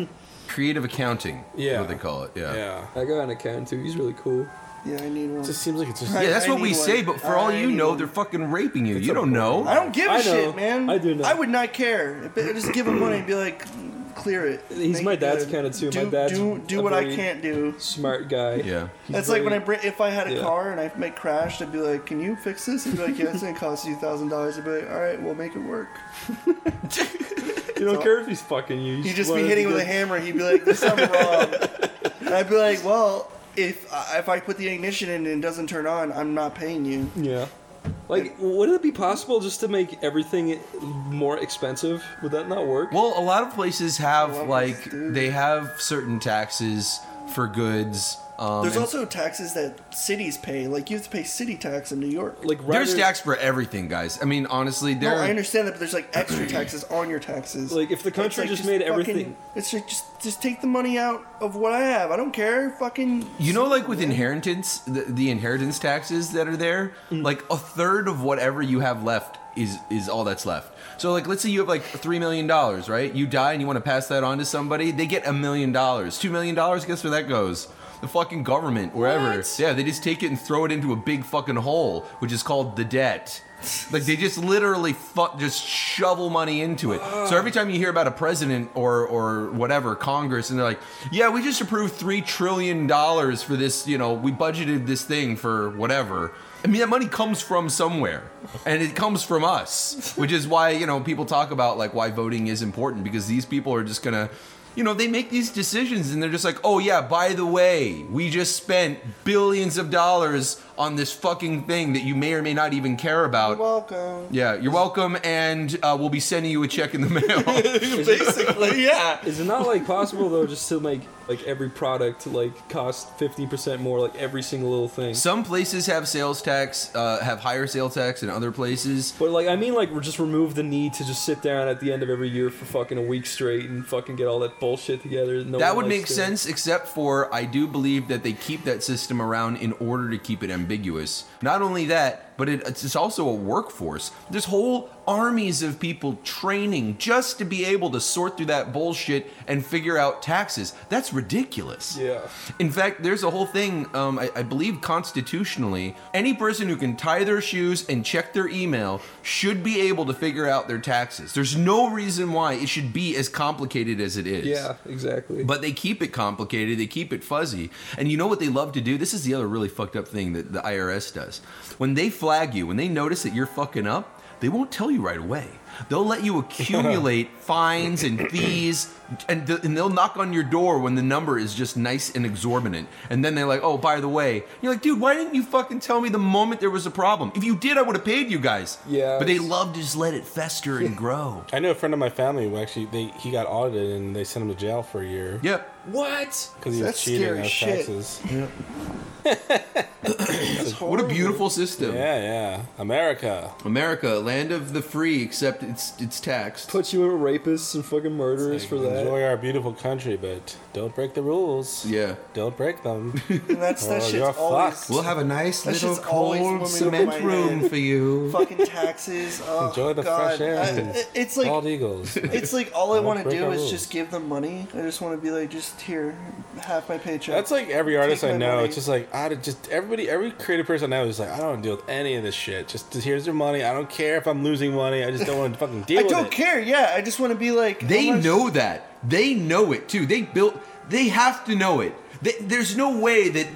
S6: creative accounting.
S1: Yeah.
S6: Yeah, what they call it. Yeah.
S1: yeah.
S4: I got an account too. He's really cool.
S7: yeah, I need one.
S1: It just seems like it's just.
S6: Yeah, that's
S7: I
S6: what we
S7: need one.
S6: say, but for all
S7: I
S6: you
S7: need
S6: know,
S7: one.
S6: they're fucking raping you. You don't know.
S7: I don't give a
S4: I know.
S7: shit, man.
S4: I do know.
S7: I would not care. I just give him money and be like, clear it.
S4: He's
S7: Make
S4: my
S7: it
S4: dad's
S7: good.
S4: kinda too. My
S7: Do,
S4: dad's
S7: do, do
S4: a
S7: what I
S4: very-
S7: can't do.
S4: Smart guy.
S6: Yeah.
S4: He's
S7: That's
S4: very-
S7: like when I bring, if I had a
S4: yeah.
S7: car and I make crashed, I'd be like, "Can you fix this?" He'd be like, "Yeah, it's gonna cost you thousand dollars." I'd be like, "All right, we'll make it work."
S4: You don't care if he's fucking you. You
S7: He'd just be
S4: want him to
S7: hitting with
S4: get-
S7: a hammer. He'd be like, "There's something wrong," and I'd be like, "Well, if I- if I put the ignition in and it doesn't turn on, I'm not paying you."
S4: Yeah. Like, would it be possible just to make everything more expensive? Would that not work?
S6: Well, a lot of places have
S7: lot of
S6: like
S7: places do.
S6: they have certain taxes for goods. Um,
S7: There's
S6: and
S7: also taxes that cities pay. Like you have to pay city tax in New York.
S4: Like,
S6: there's
S4: rather-
S6: tax for everything, guys. I mean, honestly,
S7: No,
S6: there.
S7: I understand that, but there's like extra taxes on your taxes.
S4: Like, if the
S7: It's
S4: country
S7: like,
S4: just made
S7: fucking-
S4: everything-
S7: it's like just just take the money out of what I have. I don't care. Fucking.
S6: You know, like with inheritance, the, the inheritance taxes that are there, like a third of whatever you have left is is all that's left. So, like, let's say you have like three million dollars, right? You die and you want to pass that on to somebody, they get a million dollars, two million dollars. Guess where that goes? The fucking government, wherever. Yeah, they just take it and throw it into a big fucking hole, which is called the debt. Like they just literally fuck, just shovel money into it. So every time you hear about a president or or whatever Congress, and they're like, "Yeah, we just approved three trillion dollars for this. You know, we budgeted this thing for whatever." I mean, that money comes from somewhere, and it comes from us, which is why you know people talk about like why voting is important because these people are just gonna. You know, they make these decisions and they're just like, oh, yeah, by the way, we just spent billions of dollars on this fucking thing that you may or may not even care about.
S7: Welcome.
S6: yeah, you're welcome, and uh, we'll be sending you a check in the mail.
S2: Basically, yeah.
S4: Is it not like possible though, just to make like every product like cost fifty percent more, like every single little thing?
S6: Some places have sales tax, uh, have higher sales tax than other places.
S4: But like, I mean, like, we're just remove the need to just sit down at the end of every year for fucking a week straight and fucking get all that bullshit together. No
S6: That
S4: one
S6: would
S4: likes
S6: make
S4: to-
S6: sense, except for I do believe that they keep that system around in order to keep it ambiguous. Not only that, but it, it's also a workforce. There's whole armies of people training just to be able to sort through that bullshit and figure out taxes. That's ridiculous.
S4: Yeah.
S6: In fact, there's a whole thing, um, I, I believe constitutionally, any person who can tie their shoes and check their email should be able to figure out their taxes. There's no reason why it should be as complicated as it is.
S4: Yeah, exactly.
S6: But they keep it complicated, they keep it fuzzy. And you know what they love to do? This is the other really fucked up thing that the IRS does. When they flag you, when they notice that you're fucking up, they won't tell you right away. They'll let you accumulate fines and fees, and, th- and they'll knock on your door when the number is just nice and exorbitant. And then they're like, oh, by the way, you're like, dude, why didn't you fucking tell me the moment there was a problem? If you did, I would have paid you guys.
S4: Yeah,
S6: But they
S4: it's-
S6: love to just let it fester and grow.
S1: I know a friend of my family who actually they, he got audited and they sent him to jail for a year
S6: Yep.
S4: what?
S1: because he
S7: That's
S1: was cheating
S7: scary
S1: on
S7: shit.
S1: taxes.
S6: What a beautiful system.
S1: Yeah, yeah, America.
S6: America, land of the free, except it's it's taxed.
S4: Put you in rapists and fucking murderers for that.
S1: Enjoy our beautiful country, but don't break the rules.
S6: yeah.
S1: Don't break them.
S7: And that's that
S1: Oh,
S7: shit's
S1: you're
S7: always
S1: fucked.
S7: fucking,
S1: We'll
S6: have a nice
S7: That little shit's always cold swimming cement over my room head.
S6: for you.
S7: taxes. Oh,
S1: Enjoy the
S7: God.
S1: fresh air.
S7: I-
S1: and
S7: I- it's like
S1: bald eagles.
S7: it's like all I
S1: Don't
S7: want to
S1: break
S7: do
S1: our
S7: is
S1: rules.
S7: just give them money. I just want to be like, just here, half my paycheck.
S1: That's like every artist
S7: Take
S1: I
S7: my
S1: know.
S7: money.
S1: It's just like I just everybody, every creative person I know is like, I don't want to deal with any of this shit. Just here's your money. I don't care if I'm losing money. I just don't want to fucking deal
S7: I
S1: with
S7: don't
S1: it.
S7: care. Yeah, I just want to be like.
S6: They
S7: how much-
S6: know that. They know it too. They built. They have to know it. They, there's no way that.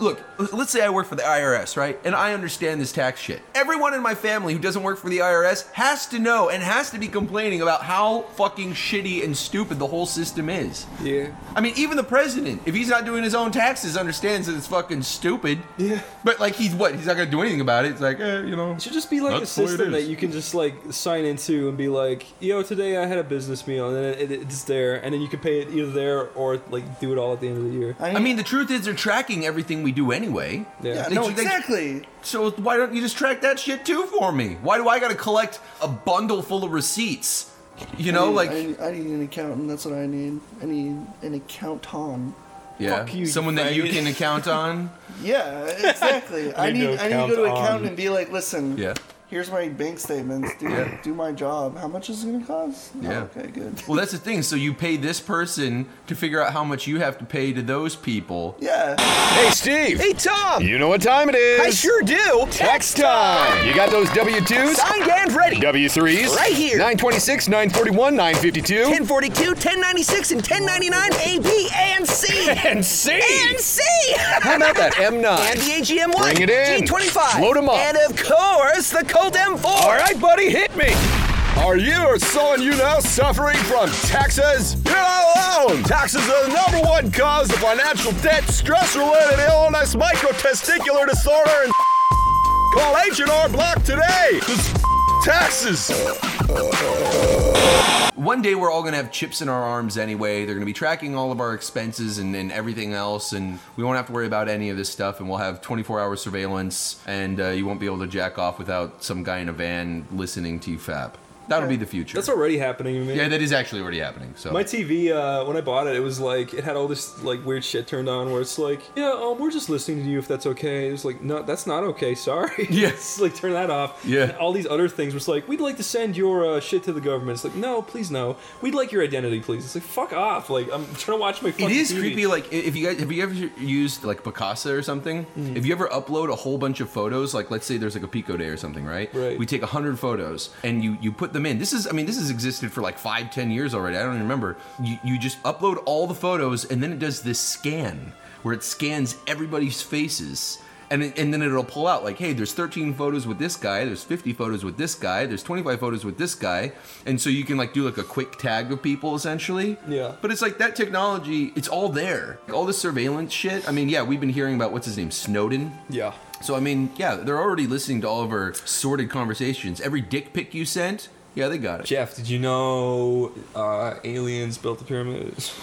S6: Look, let's say I work for the IRS, right? And I understand this tax shit. Everyone in my family who doesn't work for the IRS has to know and has to be complaining about how fucking shitty and stupid the whole system is.
S4: Yeah.
S6: I mean, even the president, if he's not doing his own taxes, understands that it's fucking stupid.
S4: Yeah.
S6: But like, he's what? He's not gonna do anything about it. It's like, eh, you know.
S4: It should just be like
S6: That's
S4: a
S6: what it
S4: system that
S6: is.
S4: you can just like sign into and be like, yo, today I had a business meal, and then it, it, it's there, and then you can pay it either there or like do it all at the end of the year.
S6: I mean, the truth is, they're tracking everything we do anyway.
S4: Yeah.
S7: Yeah,
S6: They-
S7: no,
S6: they-
S7: exactly.
S6: So why don't you just track that shit too for me? Why do I gotta collect a bundle full of receipts? You know,
S7: I
S6: like
S7: need, I, I need an accountant. That's what I need. I need an accountant.
S6: yeah,
S4: fuck you,
S6: someone that you can account on.
S7: Yeah, exactly. I
S1: I need
S7: need.
S1: to
S7: I need to go to
S1: account on-
S7: accountant and be like, listen.
S6: Yeah.
S7: Here's my bank statements. Do
S6: Yeah.
S7: do my job. How much is it gonna cost? Oh,
S6: Yeah.
S7: okay. Good.
S6: Well, that's the thing. So you pay this person to figure out how much you have to pay to those people.
S7: Yeah.
S9: Hey, Steve.
S10: Hey, Tom!
S9: You know what time it is?
S10: I sure do!
S9: Tax time. You got those W twos,
S10: Signed and ready!
S9: W threes,
S10: Right here.
S9: Nine twenty six, nine forty one, nine fifty two,
S10: 1042, 1096, and 1099 A, B, A, and C!
S9: and C.
S10: And C!
S9: How about that M
S10: and
S9: nine?
S10: the AGM one!
S9: Bring it in.
S10: G25!
S9: Load 'em up.
S10: And of course, the Colt M4!
S9: All right, buddy, hit me. Are you or someone you know suffering from taxes? You're not alone. Taxes are the number one cause of financial debt, stress-related illness, microtesticular disorder, and call H&R Block today. 'Cause taxes.
S6: One day we're all gonna have chips in our arms anyway. They're gonna be tracking all of our expenses and, and everything else, and we won't have to worry about any of this stuff. And we'll have 24-hour surveillance, and uh, you won't be able to jack off without some guy in a van listening to you fap. That'll be the future.
S4: That's already happening. Man.
S6: yeah, that is actually already happening. So
S4: My TV, uh, when I bought it, it was like it had all this like weird shit turned on where it's like, yeah, um, we're just listening to you if that's okay. It was like, no, that's not okay. Sorry.
S6: Yeah.
S4: It's like turn that off.
S6: Yeah.
S4: And all these other things was like, we'd like to send your uh, shit to the government. It's like, no, please no. We'd like your identity, please. It's like, fuck off. Like I'm trying to watch my. Fucking
S6: It is
S4: TV.
S6: creepy. Like i- if you guys have you ever used like Picasa or something?
S4: Mm.
S6: If you ever upload a whole bunch of photos, like let's say there's like a Pico Day or something, right?
S4: Right.
S6: We take hundred photos and you you put them in. This is I mean this has existed for like five ten years already. I don't even remember. You you just upload all the photos and then it does this scan where it scans everybody's faces. And, it, and then it'll pull out like, hey, there's 13 photos with this guy, there's 50 photos with this guy, there's 25 photos with this guy, and so you can like do like a quick tag of people essentially.
S4: Yeah.
S6: But it's like that technology, it's all there. All this surveillance shit. I mean, yeah, we've been hearing about what's his name, Snowden.
S4: Yeah.
S6: So I mean, yeah, they're already listening to all of our sordid conversations. Every dick pic you sent, yeah, they got it.
S4: Jeff, did you know uh, aliens built the pyramids?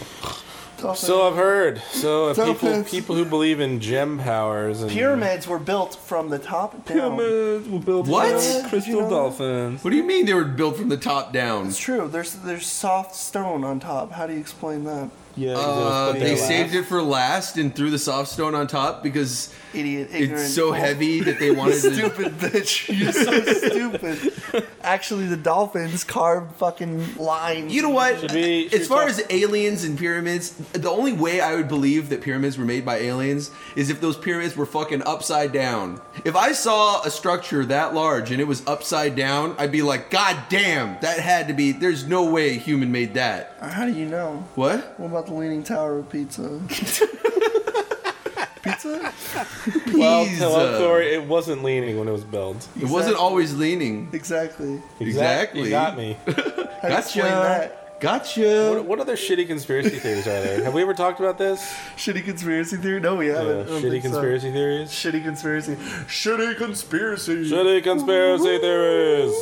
S1: So I've heard. So if
S7: Tough
S1: people
S7: hits.
S1: people who believe in gem powers and
S7: Pyramids were built from the top down.
S4: Pyramids were built
S6: What?
S4: crystal dolphins.
S6: What do you mean they were built from the top down?
S7: It's true. There's there's soft stone on top. How do you explain that?
S4: Yeah,
S6: Uh, they saved it for last and threw the soft stone on top because
S7: Idiot, ignorant.
S6: it's so
S7: fool.
S6: heavy that they wanted to.
S7: Stupid bitch. You're so stupid. Actually, the dolphins carved fucking lines.
S6: You know what?
S1: Should be- should
S6: as far
S1: talk-
S6: as aliens and pyramids, the only way I would believe that pyramids were made by aliens is if those pyramids were fucking upside down. If I saw a structure that large and it was upside down, I'd be like, God damn, that had to be. There's no way a human made that.
S7: How do you know?
S6: What?
S7: What about the Leaning Tower of Pizza? pizza?
S1: well,
S6: Please,
S1: tell
S6: uh,
S1: us story. It wasn't leaning when it was built.
S6: It wasn't always leaning.
S7: Exactly.
S6: Exactly.
S1: You got me.
S7: How do you explain
S6: Gotcha.
S7: that?
S6: Gotcha.
S1: What, what other shitty conspiracy theories are there? Have we ever talked about this?
S7: Shitty conspiracy theory? No, we
S1: Yeah,
S7: haven't. I don't
S1: shitty
S7: think so.
S1: conspiracy theories.
S7: Shitty conspiracy. Shitty conspiracy.
S1: Shitty conspiracy theories.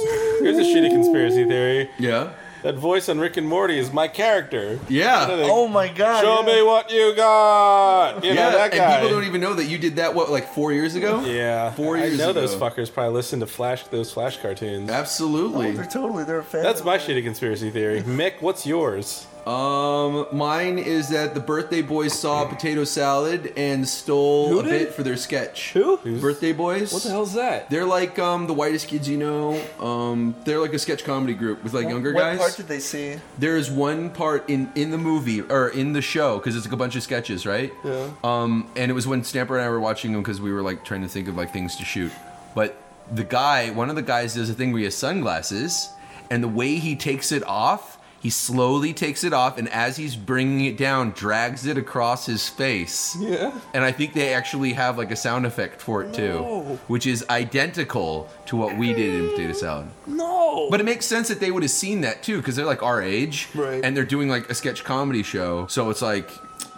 S1: Here's a shitty conspiracy theory.
S6: Yeah.
S1: That voice on Rick and Morty is my character.
S6: Yeah.
S7: Oh my god.
S1: Show
S7: yeah.
S1: me what you got. You know that guy.
S6: and people don't even know that you did that. What, like four years ago?
S1: yeah,
S6: Four
S1: I
S6: years
S1: know
S6: ago.
S1: those fuckers probably listen to Flash those Flash cartoons.
S6: Absolutely.
S7: Oh, They're totally, they're a fan.
S1: That's
S7: of
S1: my
S7: that.
S1: shitty conspiracy theory. Mick, what's yours?
S6: Um, mine is that the birthday boys saw potato salad and stole
S4: Who
S6: a
S4: did?
S6: bit for their sketch.
S4: Who?
S6: Birthday boys.
S4: What the hell's that?
S6: They're like um the whitest kids you know. Um, they're like a sketch comedy group with like younger
S7: what
S6: guys.
S7: part did they see?
S6: there is one part in in the movie or in the show because it's like a bunch of sketches, right? Yeah. Um, and it was when Stamper and I were watching them because we were like trying to think of like things to shoot. But the guy, one of the guys, does a thing where he has sunglasses, and the way he takes it off, he slowly takes it off, and as he's bringing it down, drags it across his face.
S4: Yeah.
S6: And I think they actually have like a sound effect for it too, which is identical to what we did in potato salad.
S4: No.
S6: But it makes sense that they would have seen that too, because they're like our age,
S7: Right.
S6: And they're doing like a sketch comedy show, so it's like,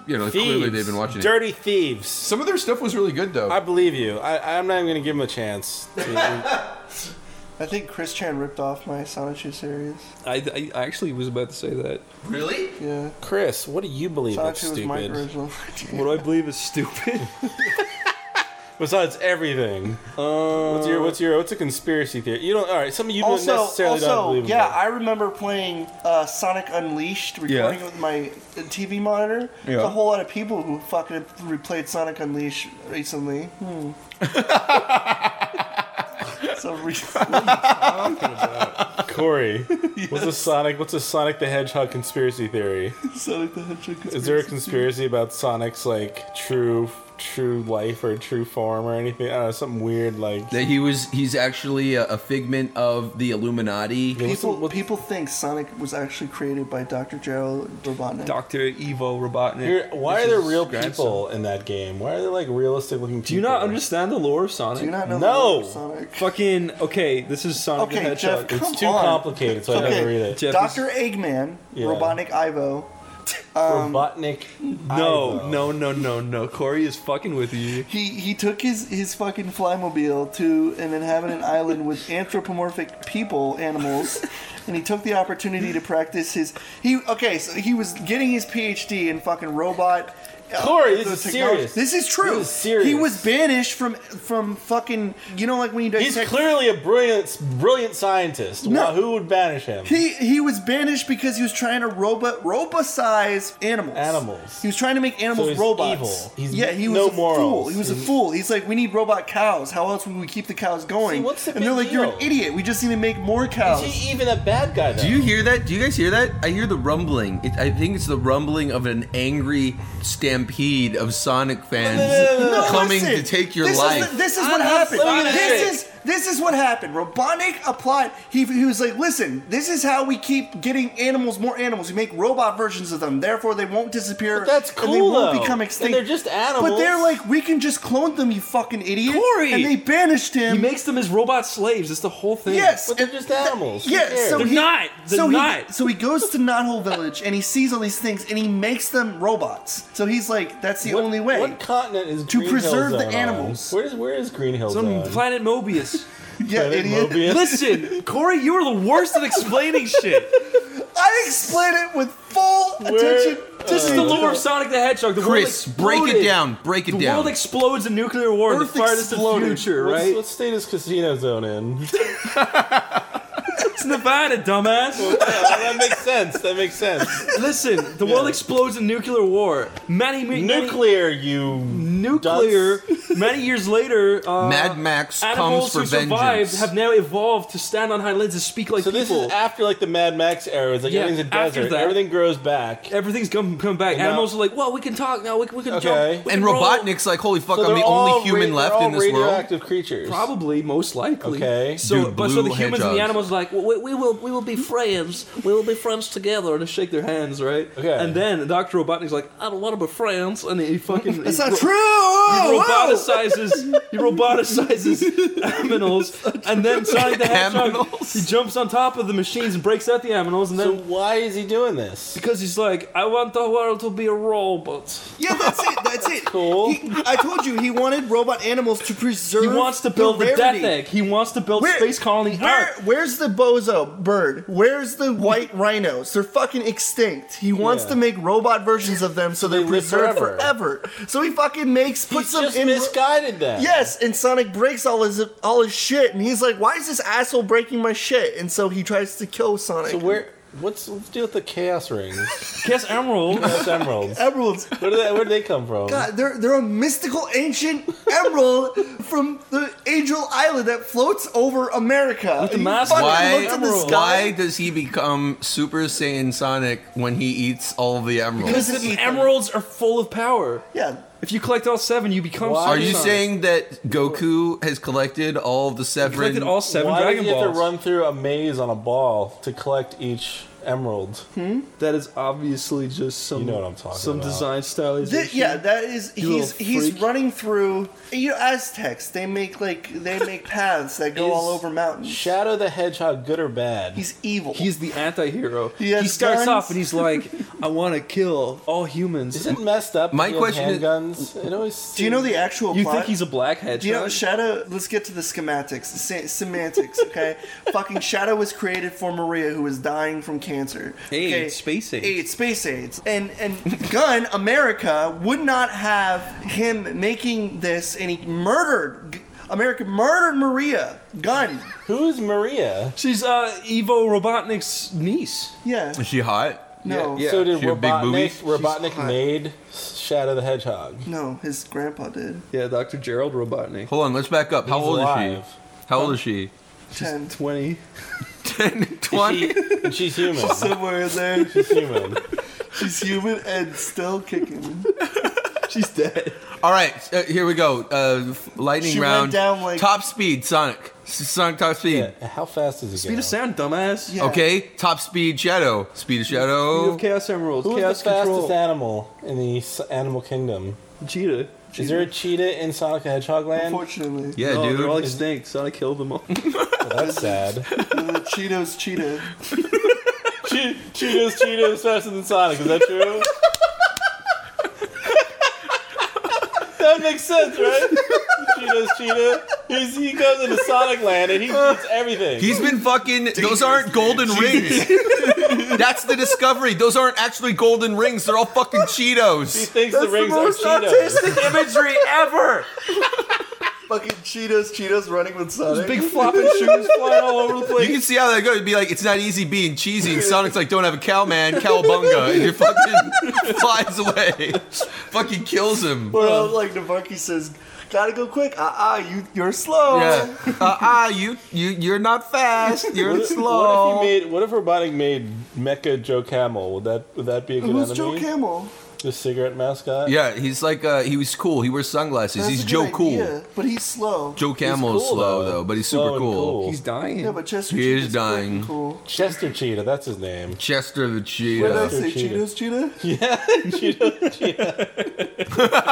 S6: you know, clearly they've been watching it.
S1: Dirty thieves.
S6: Some of their stuff was really good though.
S1: I believe you. I, I'm not even gonna give them a chance. To,
S7: I think Chris Chan ripped off my Sonichu series.
S4: I, I actually was about to say that.
S6: really?
S7: Yeah.
S1: Chris, what do you believe that's
S7: Sonichu was my
S1: stupid?
S7: original.
S4: What do I believe is stupid?
S1: Besides everything, what's your what's your what's a conspiracy theory? You don't. All right, something you don't
S7: also,
S1: necessarily don't
S7: also,
S1: believe. in.
S7: yeah, I remember playing uh, Sonic Unleashed, recording it with my uh, TV monitor. There's a whole lot of people who fucking replayed Sonic Unleashed recently. Hmm. so recently,
S1: Corey, what's a Sonic? What's a Sonic the Hedgehog conspiracy theory?
S7: Sonic the Hedgehog.
S1: Is there a
S7: conspiracy.
S1: conspiracy about Sonic's like true true life or true form or anything? I don't know, something weird like.
S6: That he was, he's actually a, a figment of the Illuminati.
S7: People, people think Sonic was actually created by Dr. Gerald Robotnik.
S4: Dr. Evo Robotnik.
S1: Here- why are there
S4: This is
S1: real
S4: grandson.
S1: people in that game? Why are there like realistic looking people?
S4: Do you not understand the lore of Sonic?
S7: Do you not know
S1: No.
S7: the name of Sonic?
S4: Fucking okay, this is Sonic the
S7: Okay,
S4: Hedgehog.
S7: Jeff, come
S1: It's too
S7: on.
S1: complicated, so I
S7: Okay,
S1: never read it.
S4: Jeff
S7: Dr. Eggman,
S1: Yeah.
S7: Robotnik Ivo.
S1: Um, Robotnik.
S4: No,
S1: Ivo.
S4: no, no, no, no. Corey is fucking with you.
S7: He he took his his fucking flymobile to an inhabited island with anthropomorphic people animals, and he took the opportunity to practice his he okay so he was getting his PhD in fucking robot. uh,
S1: Corey, this
S7: the
S1: is
S7: technology-
S1: serious.
S7: This is true.
S1: This is serious.
S7: He was banished from from fucking you know like when you
S1: He's
S7: dissect-
S1: clearly a brilliant, brilliant scientist.
S7: No.
S1: Wow, who would banish him?
S7: He he was banished because he was trying to robot robocize animals.
S1: Animals.
S7: He was trying to make animals
S1: So he's
S7: robots.
S1: evil. He's
S7: yeah, he was
S1: no
S7: a fool.
S1: morals.
S7: He was a
S1: He's-
S7: fool. He's like, we need robot cows. How else would we keep the cows going?
S1: See, what's the
S7: and they're
S1: big
S7: like, you're an
S1: deal?
S7: idiot. We just need to make more cows.
S1: Is he even a bad guy though?
S6: Do you hear that? Do you guys hear that? I hear the rumbling. It, I think it's the rumbling of an angry stampede of Sonic fans
S1: no, no, no,
S7: No,
S6: coming
S7: listen.
S6: to take your
S7: this
S6: life.
S7: Is the- this is what
S1: not
S7: happened.
S1: saying
S7: This
S1: that.
S7: is This is what happened. Robotnik applied. He, he was like, listen, this is how we keep getting animals, more animals. We make robot versions of them. Therefore, they won't disappear.
S1: that's
S7: And they
S1: cool,
S7: won't
S1: though.
S7: become
S1: And
S7: extinct.
S1: they're just
S7: But
S1: animals.
S7: they're like, we can just clone them, you fucking idiot.
S4: Corey!
S7: And they banished him.
S4: He makes them his robot slaves. It's the whole thing.
S7: Yes,
S1: But they're
S7: and
S1: just animals. Who
S7: Yeah,
S1: cares?
S7: so
S4: They're
S7: he,
S4: not. They're
S7: so He,
S4: not.
S7: so he goes to Knothole Village and he sees all these things and he makes them robots. So he's like, that's the
S1: What-
S7: only way.
S1: What continent is
S7: To
S1: Green
S7: preserve
S1: Hill
S7: the
S1: Zone
S7: animals.
S1: On? Where is where is Green Hill
S4: Some
S1: Zone?
S4: planet Mobius.
S7: yeah, idiot.
S1: Mobius?
S4: Listen, Corey, you are the worst at explaining shit.
S7: I explain it with full attention.
S4: This is the lore of Sonic the Hedgehog. The
S6: Uh, Chris,
S4: world
S6: break
S4: exploded.
S6: it down. Break it
S4: The
S6: down.
S4: world explodes in nuclear war in the
S7: Earth
S4: farthest of
S7: exploded.
S4: future,
S1: What's-
S4: right?
S1: What state is Casino Zone in?
S4: It's Nevada, dumbass.
S1: that makes sense. That makes sense.
S4: Listen, the world explodes in nuclear war. Many, many
S1: Nuclear, you.
S4: many, nuclear. many years later, uh,
S6: Mad Max comes
S4: animals
S6: for
S4: who survived
S6: vengeance.
S4: have now evolved to stand on hind legs and speak like
S1: So this
S4: people.
S1: is after like the Mad Max era. It's like
S4: Yeah,
S1: everything's a
S4: after
S1: desert.
S4: that.
S1: Everything grows back.
S4: Everything's come come back.
S1: now-
S4: Animals are like, well, we can talk now. We, we can
S1: Okay.
S4: jump. we
S6: and
S4: can roll."
S6: Robotnik's like, holy fuck,
S1: So
S6: I'm
S1: they're
S6: the only
S1: all
S6: human
S1: ra-
S6: left
S1: they're
S6: in
S1: all
S6: this world.
S1: radioactive creatures.
S4: Probably, most likely.
S1: Okay.
S4: So,
S6: Dude,
S4: but so the
S6: blue
S4: humans and
S6: hedgehogs.
S4: the animals are like, we, we will, we will be friends. We will be friends together, and they shake their hands, right?
S1: Okay.
S4: And then Doctor Robotnik's like, I don't want to be friends, and he fucking.
S7: That's
S4: he
S7: not
S4: ro-
S7: true. Oh,
S4: He
S7: Whoa, whoa.
S4: roboticizes. he roboticizes aminals, and then Sonic the Hedgehog.
S6: Aminals.
S4: He jumps on top of the machines and breaks out the aminals, and
S1: So
S4: then.
S1: why is he doing this?
S4: because he's like, I want the world to be a robot.
S7: Yeah, that's it. That's it.
S1: Cool.
S7: He- I told you he wanted robot animals to preserve.
S4: He wants to build the,
S7: rarity.
S4: Death Egg. He wants to build
S7: Where-
S4: space colony
S7: Where,
S4: Earth.
S7: where's the bozo bird? Where's the white rhinos? They're fucking extinct. He wants
S1: Yeah.
S7: to make robot versions of them so they're
S1: live
S7: preserved
S1: forever.
S7: forever. So he fucking makes
S1: He
S7: puts them
S1: just
S7: in.
S1: misguided that.
S7: Yes, and Sonic breaks all his all his shit, and he's like, "Why is this asshole breaking my shit?" And so he tries to kill Sonic.
S1: So where? What's let's deal with the chaos rings?
S4: Kiss Emerald.
S1: chaos emeralds.
S7: emeralds?
S1: Where did that? Where did they come from?
S7: God, Uh, they're they're a mystical ancient emerald from the Angel Island that floats over America.
S4: With the
S7: And you
S4: mask
S7: fucking
S6: Why,
S7: look to the sky.
S6: why does he become Super Saiyan Sonic when he eats all of the emeralds?
S7: Doesn't eat them.
S4: Emeralds are full of power.
S7: Yeah.
S4: If you collect all seven, you become.
S1: Why
S6: Are
S4: Super
S6: you
S4: Sonic.
S6: saying that Goku has collected all of the
S4: He collected
S6: seven?
S4: all seven
S1: Why
S4: Dragon
S1: did you have
S4: Balls?
S1: to run through a maze on a ball to collect each emerald?
S4: That is obviously just some.
S1: You know what I'm talking
S4: Some
S1: about.
S4: design stylization.
S7: Th- yeah, that is
S4: You
S7: he's
S4: little
S7: he's
S4: freak.
S7: running through you know Aztecs, they make like they make paths that go
S1: Is
S7: all over mountains.
S1: Shadow the Hedgehog, good or bad?
S7: he's evil.
S4: He's the anti-hero.
S7: He
S4: He,
S7: has
S4: starts
S7: guns.
S4: off and he's like, "I want to kill all humans."
S1: is it messed up?
S6: My
S1: that he has
S6: question is-
S1: handguns. It always
S7: Do you know the actual
S4: you
S7: plot?
S4: think he's a black hedgehog?
S7: Do you know Shadow? Let's get to the schematics, se- semantics. Okay, fucking Shadow was created for Maria, who was dying from cancer.
S4: AIDS,
S7: okay?
S4: space AIDS.
S7: AIDS, space AIDS, and and Gun America would not have him making this, and he murdered. G- America murdered Maria Gun.
S1: who is Maria?
S4: She's uh, Evo Robotnik's niece.
S7: Yeah.
S6: Is she hot?
S7: No.
S4: Yeah, yeah.
S1: So did
S6: She had big
S1: Robotnik?
S6: boobies?
S1: Robotnik
S7: hot.
S1: made Shadow the Hedgehog.
S7: No, his grandpa did.
S4: Yeah, Dr. Gerald Robotnik.
S6: Hold on, let's back up. How
S1: He's
S6: old is
S1: alive.
S6: she? How old is she?
S7: Ten.
S4: Twenty.
S6: 10, 20?
S1: And she's human.
S7: Somewhere in there,
S1: She's human.
S7: she's human and still kicking.
S4: She's dead.
S6: All right, uh, here we go. Uh, lightning
S7: She went
S6: round.
S7: down like-
S6: top speed, Sonic. S- Sonic top speed.
S1: Yeah, How fast is he?
S4: Speed
S1: go?
S4: of sound, dumbass.
S7: Yeah.
S6: Okay, top speed, Shadow. Speed of
S4: Speed
S6: Shadow.
S4: of Chaos Emeralds.
S1: Who's
S4: Chaos
S1: the fastest
S4: Control.
S1: animal in the s- animal kingdom?
S4: Cheetah.
S1: Is there a cheetah in Sonic the Hedgehog Land?
S7: Unfortunately,
S6: Yeah,
S4: no,
S6: dude.
S4: they're all extinct. Sonic killed them all.
S1: That's sad.
S7: the Cheetos cheetah.
S1: che- Cheetahs, Cheetahs faster than Sonic. Is that true? that makes sense, right? Cheetahs, Cheetah. He's, he goes into Sonic Land and he eats everything.
S6: He's been fucking. Those aren't golden rings. That's the discovery. Those aren't actually golden rings. They're all fucking
S1: he
S6: Cheetos.
S1: thinks the rings are Cheetos.
S4: imagery ever.
S7: Fucking Cheetos, Cheetos running with Sonic.
S4: Big flopping shoes flying all over the place.
S6: You can see how that goes. It'd be like, it's not easy being cheesy. And Sonic's like, don't have a cow, man. Cowabunga. And he fucking flies away. Fucking kills him.
S7: Well, uh, like Navarki says, gotta go quick. Ah, uh, ah, you you're slow.
S6: Yeah. Uh, ah, you, you, you're not fast. You're
S1: What if-
S6: slow.
S1: What if he made? What if Robotic made Mecha Joe Camel? Would that would that be a good
S7: Who's
S1: enemy?
S7: Joe Camel?
S1: The cigarette mascot.
S6: Yeah, he's like uh, he was cool. He wears sunglasses.
S7: That's
S6: he's
S7: a
S6: Joe
S7: good
S6: Cool.
S7: idea, but he's slow.
S6: Joe Camel is
S1: cool,
S6: slow
S1: though.
S6: though, but he's
S1: Slow
S6: super
S1: and
S6: cool.
S1: cool.
S4: He's dying.
S7: Yeah, but Chester
S6: He is
S7: Cheetah's pretty
S6: dying.
S7: Cool.
S1: Chester Cheetah. That's his name.
S6: Chester the
S7: What did I
S6: Cheetah.
S7: say?
S1: Cheetah.
S7: Cheetah's Cheetah?
S1: Yeah, Cheetah. Cheetah.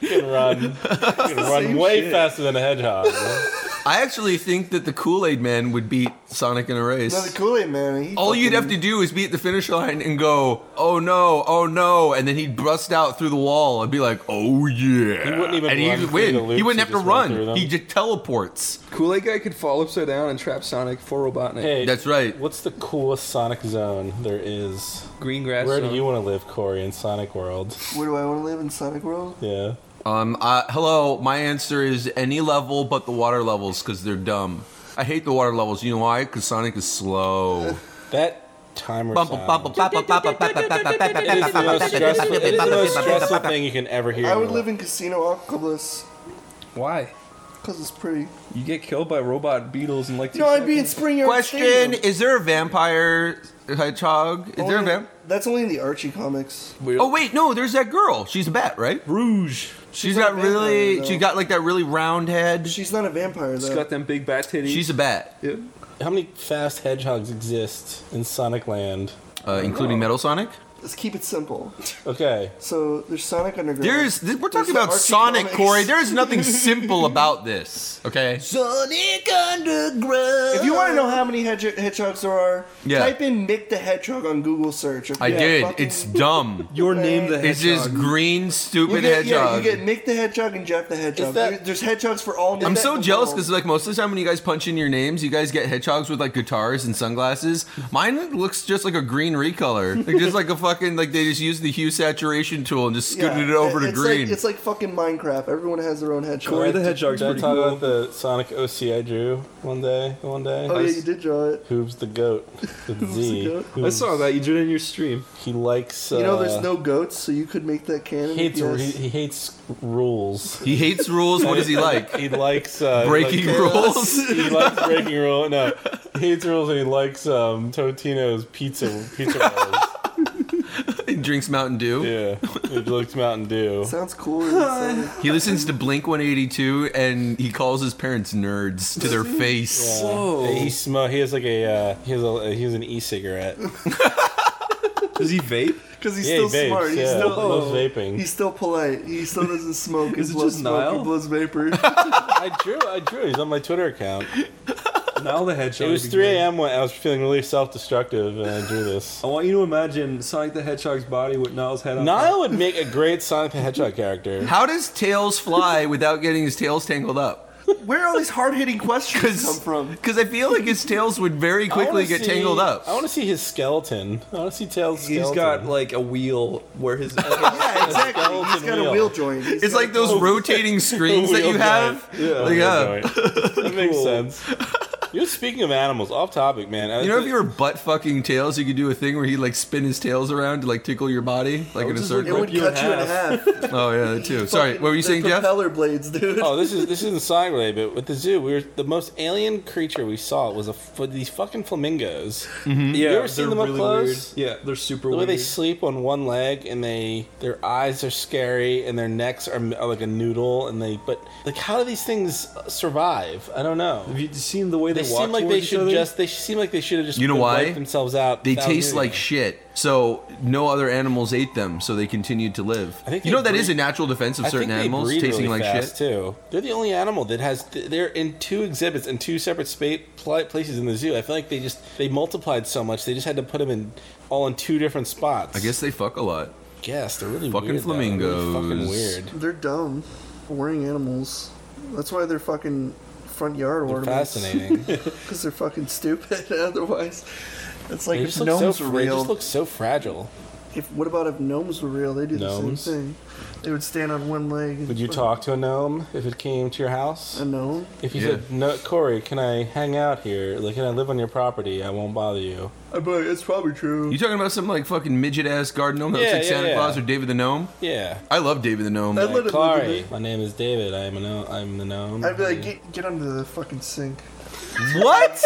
S1: can run. Can run way faster than a hedgehog. man.
S6: I actually think that the Kool Aid Man would beat Sonic in a race.
S7: No, the Kool Aid Man. eh? He
S6: All you'd have
S7: fucking-
S6: to do is be at the finish line and go, "Oh no, oh no," and then he'd bust out through the wall and be like, "Oh yeah," he
S1: wouldn't even
S6: and he'd
S1: run through
S6: win.
S1: the loops,
S6: he
S1: he
S6: wouldn't have to
S1: just went through
S6: run.
S1: them.
S6: He just teleports.
S4: Kool Aid Guy could fall upside down and trap Sonic for Robotnik.
S1: Hey,
S6: That's right.
S1: What's the coolest Sonic zone there is?
S4: Green grass.
S1: Where do
S4: zone.
S1: you want to live, Corey, in Sonic World?
S7: Where do I want to live in Sonic World?
S1: Yeah.
S6: Um, uh, hello. My answer is any level but the water levels because they're dumb. I hate the water levels. You know why? Because Sonic is slow.
S1: That timer
S6: Bum, bum,
S1: sound.
S6: bum, bum, bum, bum, bum, bum, bum, bum, bum, bum, bum,
S1: It is the most stressful, it is the most stressful
S11: Why
S1: thing you can ever hear.
S7: I would
S1: in
S7: live in Casino Octopus
S4: Why?
S7: because it's pretty.
S4: You get killed by robot beetles and like. two
S7: No, I'd be in
S4: seconds.
S7: Spring Yard
S6: Question:
S7: Stadium.
S6: Is there a vampire hedgehog? Is there a
S7: Only-
S6: vamp?
S7: That's only in the Archie comics.
S6: Oh wait, no. There's that girl. She's a bat, right?
S4: Rouge.
S6: She's got
S7: not a vampire,
S6: really.
S7: though.
S6: She's got like that really round head.
S7: She's not a vampire though.
S4: She's got them big bat titties.
S6: She's a bat,
S4: Yeah.
S1: How many fast hedgehogs exist in Sonic Land?
S6: uh, including
S7: Oh.
S6: Metal Sonic.
S7: Let's keep it simple.
S1: Okay.
S7: So there's Sonic Underground.
S6: There's th- we're talking
S7: the
S6: about
S7: Archie
S6: Sonic,
S7: comics.
S6: Corey. There is nothing simple about this. Okay.
S9: Sonic Underground.
S7: If you want to know how many hedge- hedgehogs there are,
S6: Yeah.
S7: type in Mick the Hedgehog on Google search.
S6: I did. It's dumb.
S4: Your name, the
S6: it's
S4: hedgehog.
S6: this green,
S7: you
S6: stupid
S7: get, yeah,
S6: hedgehog.
S7: you get Mick the Hedgehog and Jeff the Hedgehog.
S1: that-
S7: There- there's hedgehogs for all.
S6: I'm
S7: nations
S6: so
S7: in the
S6: jealous
S7: world.
S6: because like most of the time when you guys punch in your names, you guys get hedgehogs with like guitars and sunglasses. Mine looks just like a green recolor, like just like a fucking like they just used the hue saturation tool and just scooted it over to
S7: it's
S6: green.
S7: Like, it's like fucking Minecraft. Everyone has their own hedgehog. Oh,
S4: Corey the Hedgehog's
S1: Did I
S4: pretty
S1: talk
S4: cool.
S1: about the Sonic OC I drew one day? One day.
S7: oh yeah, you did draw it.
S1: Who's the goat? With Z.
S7: goat?
S4: I
S1: Who's-
S4: saw that you did it in your stream.
S1: He likes. Uh,
S7: You know, there's no goats, so you could make that canon.
S1: Hates,
S7: if
S1: he,
S7: yes.
S1: he hates rules.
S6: he hates rules. What does he like?
S1: He likes uh, he
S6: Breaking
S1: likes-
S6: rules.
S1: He likes breaking rules. No, he hates rules and he likes um, Totino's pizza pizza rolls.
S6: he drinks Mountain Dew.
S1: Yeah, he likes Mountain Dew.
S7: Sounds cool. and exciting.
S6: He listens to Blink 182 and he calls his parents nerds to their face.
S1: Whoa. He sm- He has like a. Uh, he has a. He has an e-cigarette.
S4: Does he vape?
S7: Because he's
S1: yeah,
S7: still
S1: he vapes,
S7: smart. He's
S1: yeah.
S7: still oh,
S1: Loves vaping.
S7: He's still polite. He still doesn't smoke.
S4: Is
S7: he
S4: it
S7: blows
S4: just
S7: smoke.
S4: Nile?
S7: He blows vapor.
S1: I drew. I drew. He's on my Twitter account.
S4: Now the hedgehog.
S1: It was
S4: would be
S1: 3
S4: great.
S1: a.m. when I was feeling really self-destructive, and I drew this.
S4: I want you to imagine Sonic the Hedgehog's body with Niles' head on.
S1: Niall would make a great Sonic the Hedgehog character.
S6: How does Tails fly without getting his tails tangled up?
S7: Where are all these hard hitting questions come from?
S6: Because I feel like his tails would very
S1: I wanna
S6: quickly get
S1: see-
S6: tangled up.
S1: I want to see his skeleton. I want to see Tails'
S4: He's
S1: skeleton.
S4: got like a wheel where his.
S7: Yeah, exactly. He's got a
S1: wheel.
S7: wheel joint. He's
S6: It's
S7: got
S6: like those rotating screens that you
S1: Wheel
S6: have.
S1: joint. Yeah,
S6: Like, uh, yeah.
S1: wheel joint. That makes sense. You're speaking of animals, off topic, man.
S6: You know, if you were butt fucking tails, you could do a thing where he like spin his tails around to like tickle your body, like in a
S7: It
S6: circle.
S7: would cut you in half.
S6: Oh yeah, that too. Sorry, what were you
S7: They're
S6: saying, Jeff?
S7: Propeller blades, dude.
S1: Oh, this is this isn't Sonic related, but with the zoo, we were the most alien creature we saw was a f- these fucking flamingos.
S6: Mm-hmm.
S4: Yeah,
S1: You ever seen
S4: they're
S1: them up
S4: really
S1: close?
S4: Weird. Yeah, they're super
S1: The way
S4: weird.
S1: they sleep on one leg and they their eyes are scary and their necks are, are like a noodle and they but like how do these things survive? I don't know.
S4: Have you seen the way
S1: They
S4: they, walk
S1: seem like
S4: towards
S1: they
S4: each
S1: should
S4: other?
S1: just they seem like they should have just
S6: You know
S1: been
S6: why?
S1: wiped themselves out.
S6: They
S1: thousand
S6: taste
S1: years
S6: like
S1: ago.
S6: shit, so no other animals ate them, so they continued to live.
S1: I think
S6: you
S1: they
S6: know that
S1: breed-
S6: is a natural defense of
S1: I
S6: certain
S1: think they
S6: animals,
S1: breed
S6: tasting
S1: really
S6: like
S1: fast,
S6: shit.
S1: too. They're the only animal that has. th- They're in two exhibits in two separate spa- pla- places in the zoo. I feel like they just they multiplied so much. They just had to put them in all in two different spots.
S6: I guess they fuck a lot.
S1: Yes, they're really
S6: Fucking
S1: weird, though. They're really
S6: flamingos.
S1: fucking weird.
S7: They're dumb, boring animals. That's why they're fucking front yard ornaments.
S1: Fascinating.
S7: Because they're fucking stupid. Otherwise, it's like
S1: they
S7: if
S1: just look so.
S7: gnomes
S1: fra-
S7: were
S1: They
S7: real.
S1: just look so fragile.
S7: if what about if gnomes were real? They do the
S1: Gnomes?
S7: same thing. They would stand on one leg. And
S1: Would you talk to a gnome if it came to your house?
S7: A gnome?
S1: If you
S6: Yeah.
S1: said, "No, Corey, can I hang out here? Like, can I live on your property? I won't bother you."
S7: I bet it's probably true.
S6: You talking about some like fucking midget ass garden gnome that looks
S1: Yeah,
S6: like
S1: yeah,
S6: Santa
S1: yeah.
S6: Claus or David the gnome?
S1: Yeah.
S6: I love David the gnome.
S7: I'd let it live in
S1: Corey, my name is David. I am a gnome. I'm the gnome.
S7: there. I'd be like, get, get under the fucking sink.
S6: what?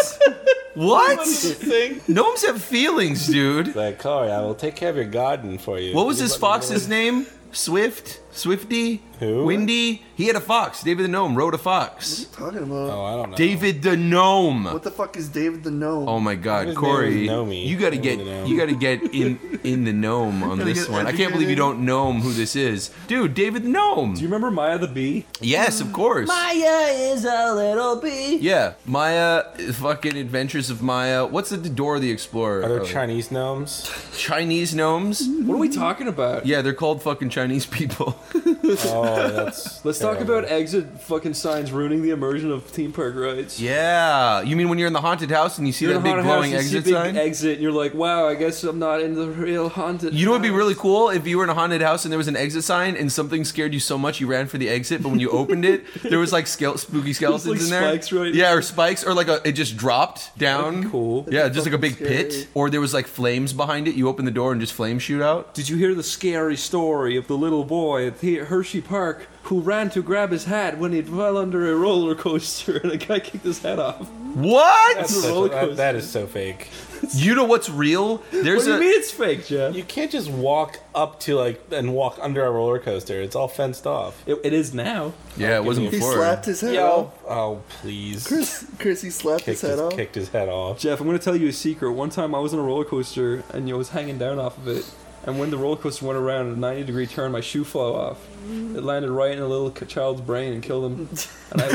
S6: What?
S4: Thing.
S6: Gnomes have feelings, dude.
S1: Like, Corey, I will take care of your garden for you.
S6: What was
S1: You
S6: his
S1: let me
S6: fox's name? Swift? Swifty?
S1: Who?
S6: Windy? He had a fox. David the Gnome rode a fox.
S7: Talking about
S1: know. Oh, I don't know.
S6: David the Gnome.
S7: what the fuck is David the Gnome?
S6: Oh my God,
S1: His name
S6: Corey!
S1: is Gnomey.
S6: You gotta
S1: David
S6: get
S1: the Gnome.
S6: you gotta get in in the gnome on this
S7: get
S6: one. I can't believe you
S7: educated.
S6: don't gnome who this is, dude. David the Gnome.
S4: Do you remember Maya the Bee?
S6: Yes, of course.
S10: Maya is a little bee.
S6: Yeah, Maya, uh, fucking Adventures of Maya. What's the Dora the Explorer?
S1: Are there
S6: Oh,
S1: Chinese gnomes?
S6: Chinese gnomes?
S4: What are we talking about?
S6: Yeah, they're called fucking Chinese people.
S1: Oh, that's.
S4: Let's talk about exit fucking signs ruining the immersion of theme park rides.
S6: yeah, you mean when you're in the haunted house and you see
S4: You're
S6: that
S4: in a
S6: big
S4: haunted
S6: glowing
S4: house, you see
S6: exit
S4: big
S6: sign?
S4: Exit, and you're like, wow, I guess I'm not in the real haunted.
S6: you know what'd be
S4: house."
S6: really cool if you were in a haunted house and there was an exit sign and something scared you so much you ran for the exit, but when you opened it, there was like skele- spooky skeletons
S4: like
S6: in there.
S4: spikes, right?
S6: Yeah, or spikes, or like a, it just dropped down.
S4: cool.
S6: Yeah, just like a big
S7: fucking
S6: pit,
S7: scary.
S6: or there was like flames behind it. You open the door and just flames shoot out.
S4: Did you hear the scary story of the little boy at the Hershey Park who ran to grab his hat when he fell under a roller coaster and a guy kicked his head off?
S6: What?
S4: That's a
S1: That's-
S4: roller
S1: that-
S4: coaster.
S1: that is so fake.
S6: You know what's real? There's
S4: what do
S6: a
S4: you mean it's fake, Jeff?
S1: You can't just walk up to like and walk under a roller coaster. It's all fenced off.
S4: It, it is now.
S6: yeah, it wasn't
S1: He
S6: before.
S7: Slapped his head off.
S1: Yo. Oh please.
S7: Chris, Chris, he slapped
S1: kicked,
S7: his head off.
S1: kicked his head off.
S4: Jeff, I'm gonna tell you a secret. One time I was on a roller coaster and you know, I was hanging down off of it, and when the roller coaster went around at a 90 degree turn, my shoe flew off. It landed right in a little k- child's brain and killed him. And I,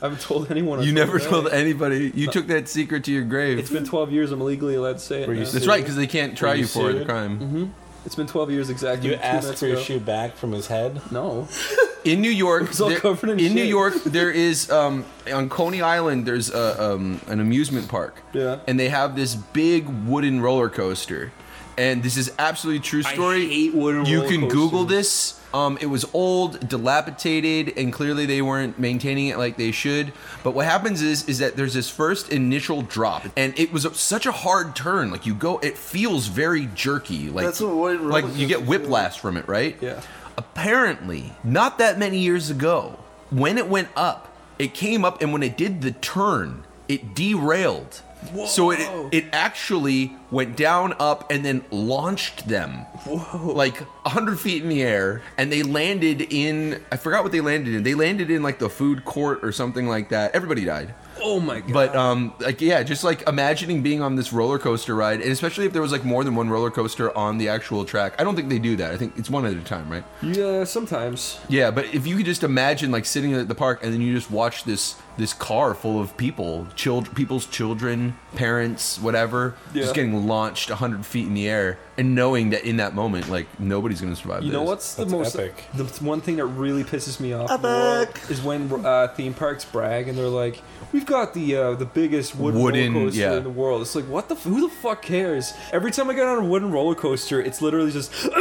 S4: I haven't told anyone.
S6: You
S4: until
S6: never
S4: today.
S6: told anybody. You took that secret to your
S4: It's
S6: grave.
S4: been 12 years. I'm legally allowed to say it.
S1: Were you
S4: now.
S6: That's right, because they can't try
S1: Were you
S6: you for the
S1: sued?
S6: crime.
S4: It's been 12 years exactly.
S1: You
S4: two
S1: asked
S4: minutes
S1: for your
S4: ago.
S1: shoe back from his head.
S4: No.
S6: In New York,
S4: all
S6: there-
S4: covered in
S6: New
S4: shit.
S6: York, there is um, on Coney Island. There's a, um, an amusement park.
S4: Yeah.
S6: And they have this big wooden roller coaster, and this is absolutely true story.
S4: hate wooden
S6: you
S4: roller
S6: can Google
S4: coasters.
S6: this. Um, it was old, dilapidated, and clearly they weren't maintaining it like they should. But what happens is, is that there's this first initial drop, and it was a, such a hard turn. Like you go, it feels very jerky. Like
S7: That's what wooden roller
S6: like you get
S7: coasters
S6: whiplash from it, right?
S4: Yeah.
S6: Apparently, not that many years ago, when it went up, it came up, and when it did the turn, it derailed. So it it actually went down, up, and then launched them Whoa. like hundred feet in the air, and they landed in I forgot what they landed in. They landed in like the food court or something like that. Everybody died.
S4: Oh my god.
S6: But um, like yeah, just like imagining being on this roller coaster ride, and especially if there was like more than one roller coaster on the actual track. I don't think they do that. I think it's one at a time, right?
S4: yeah, sometimes.
S6: Yeah, but if you could just imagine like sitting at the park and then you just watch this this car full of people, child, people's children, parents, whatever,
S4: Yeah.
S6: just getting launched 100 feet in the air and knowing that in that moment like nobody's going to survive
S4: You know
S6: this.
S4: what's the
S1: That's
S4: most
S1: epic.
S4: the one thing that really pisses me off in the world is when uh, theme parks brag and they're like, "We've got the uh, the biggest wooden,
S6: Wooden,
S4: roller coaster
S6: yeah.
S4: in the world." It's like, what the f- who the fuck cares? Every time I get on a wooden roller coaster, it's literally just. the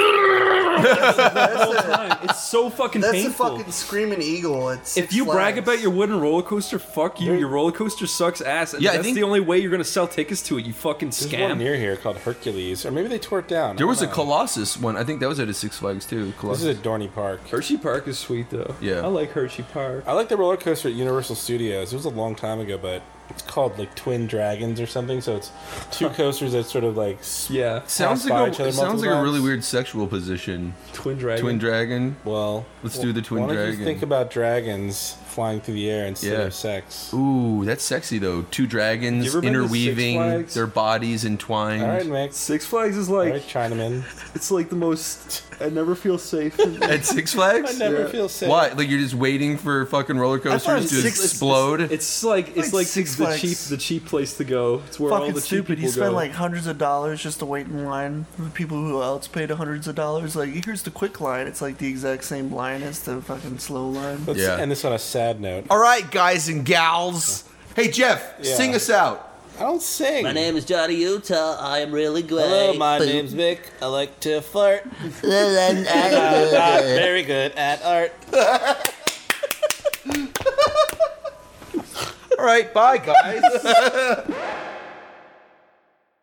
S4: whole time. It's so fucking
S7: That's
S4: painful.
S7: a fucking screaming eagle. At Six
S4: if you brag
S7: Flags.
S4: about your wooden roller coaster, fuck you. Your roller coaster sucks ass, and
S6: Yeah, I
S4: that's
S6: think-
S4: the only way you're gonna sell tickets to it. You fucking
S1: There's one
S4: scam.
S1: near here called Hercules, or maybe they tore it down. I
S6: There
S1: don't
S6: was a
S1: know.
S6: Colossus one. I think that was at a Six Flags too.
S1: This
S6: Colossus.
S1: is at Dorney Park.
S4: Hershey Park is sweet though.
S6: Yeah.
S4: I like Hershey Park.
S1: I like the roller coaster at Universal Studios. It was a long time ago, but it's called like Twin Dragons or something. So it's two coasters that sort of like s-
S4: Yeah,
S6: sounds
S1: pass by
S6: like
S1: each
S6: a,
S1: other
S6: sounds
S1: multiple
S6: like a really
S1: times.
S6: weird sexual position.
S4: Twin Dragon.
S6: Twin dragon.
S1: Well,
S6: Let's do the Twin
S1: why don't
S6: Dragon.
S1: You think about dragons flying through the air instead
S6: Yeah.
S1: of sex.
S6: Ooh, that's sexy though. Two
S4: You
S6: dragons
S4: ever been to Six
S6: interweaving,
S4: Flags?
S6: their bodies entwined.
S1: All right, Max.
S4: Six Flags is
S1: All
S4: like
S1: right, Chinaman.
S4: it's like the most. I never feel safe. In
S6: At Six
S1: I
S6: Flags?
S1: never feel safe.
S6: Why? Like you're just waiting for fucking roller coasters to
S7: Six-
S6: explode?
S4: it's like it's like
S7: Six
S4: the
S7: Flags.
S4: cheap the cheap place to go. It's where all
S7: fucking
S4: the
S7: stupid.
S4: cheap
S7: You
S4: people
S7: spend
S4: go.
S7: like hundreds of dollars just to wait in line for the people who else paid hundreds of dollars. Like here's the quick line. It's like the exact same line as the fucking slow line.
S1: Let's
S6: Yeah.
S1: end this on a sad note.
S6: All right, guys and gals. Hey Jeff,
S1: Yeah.
S6: sing us out.
S1: I don't sing.
S10: My name is Johnny Utah. I am really great.
S1: Hello, my
S10: Boop.
S1: name's Vic. I like to flirt. I'm not
S10: I
S1: very good at art.
S6: All right, bye guys.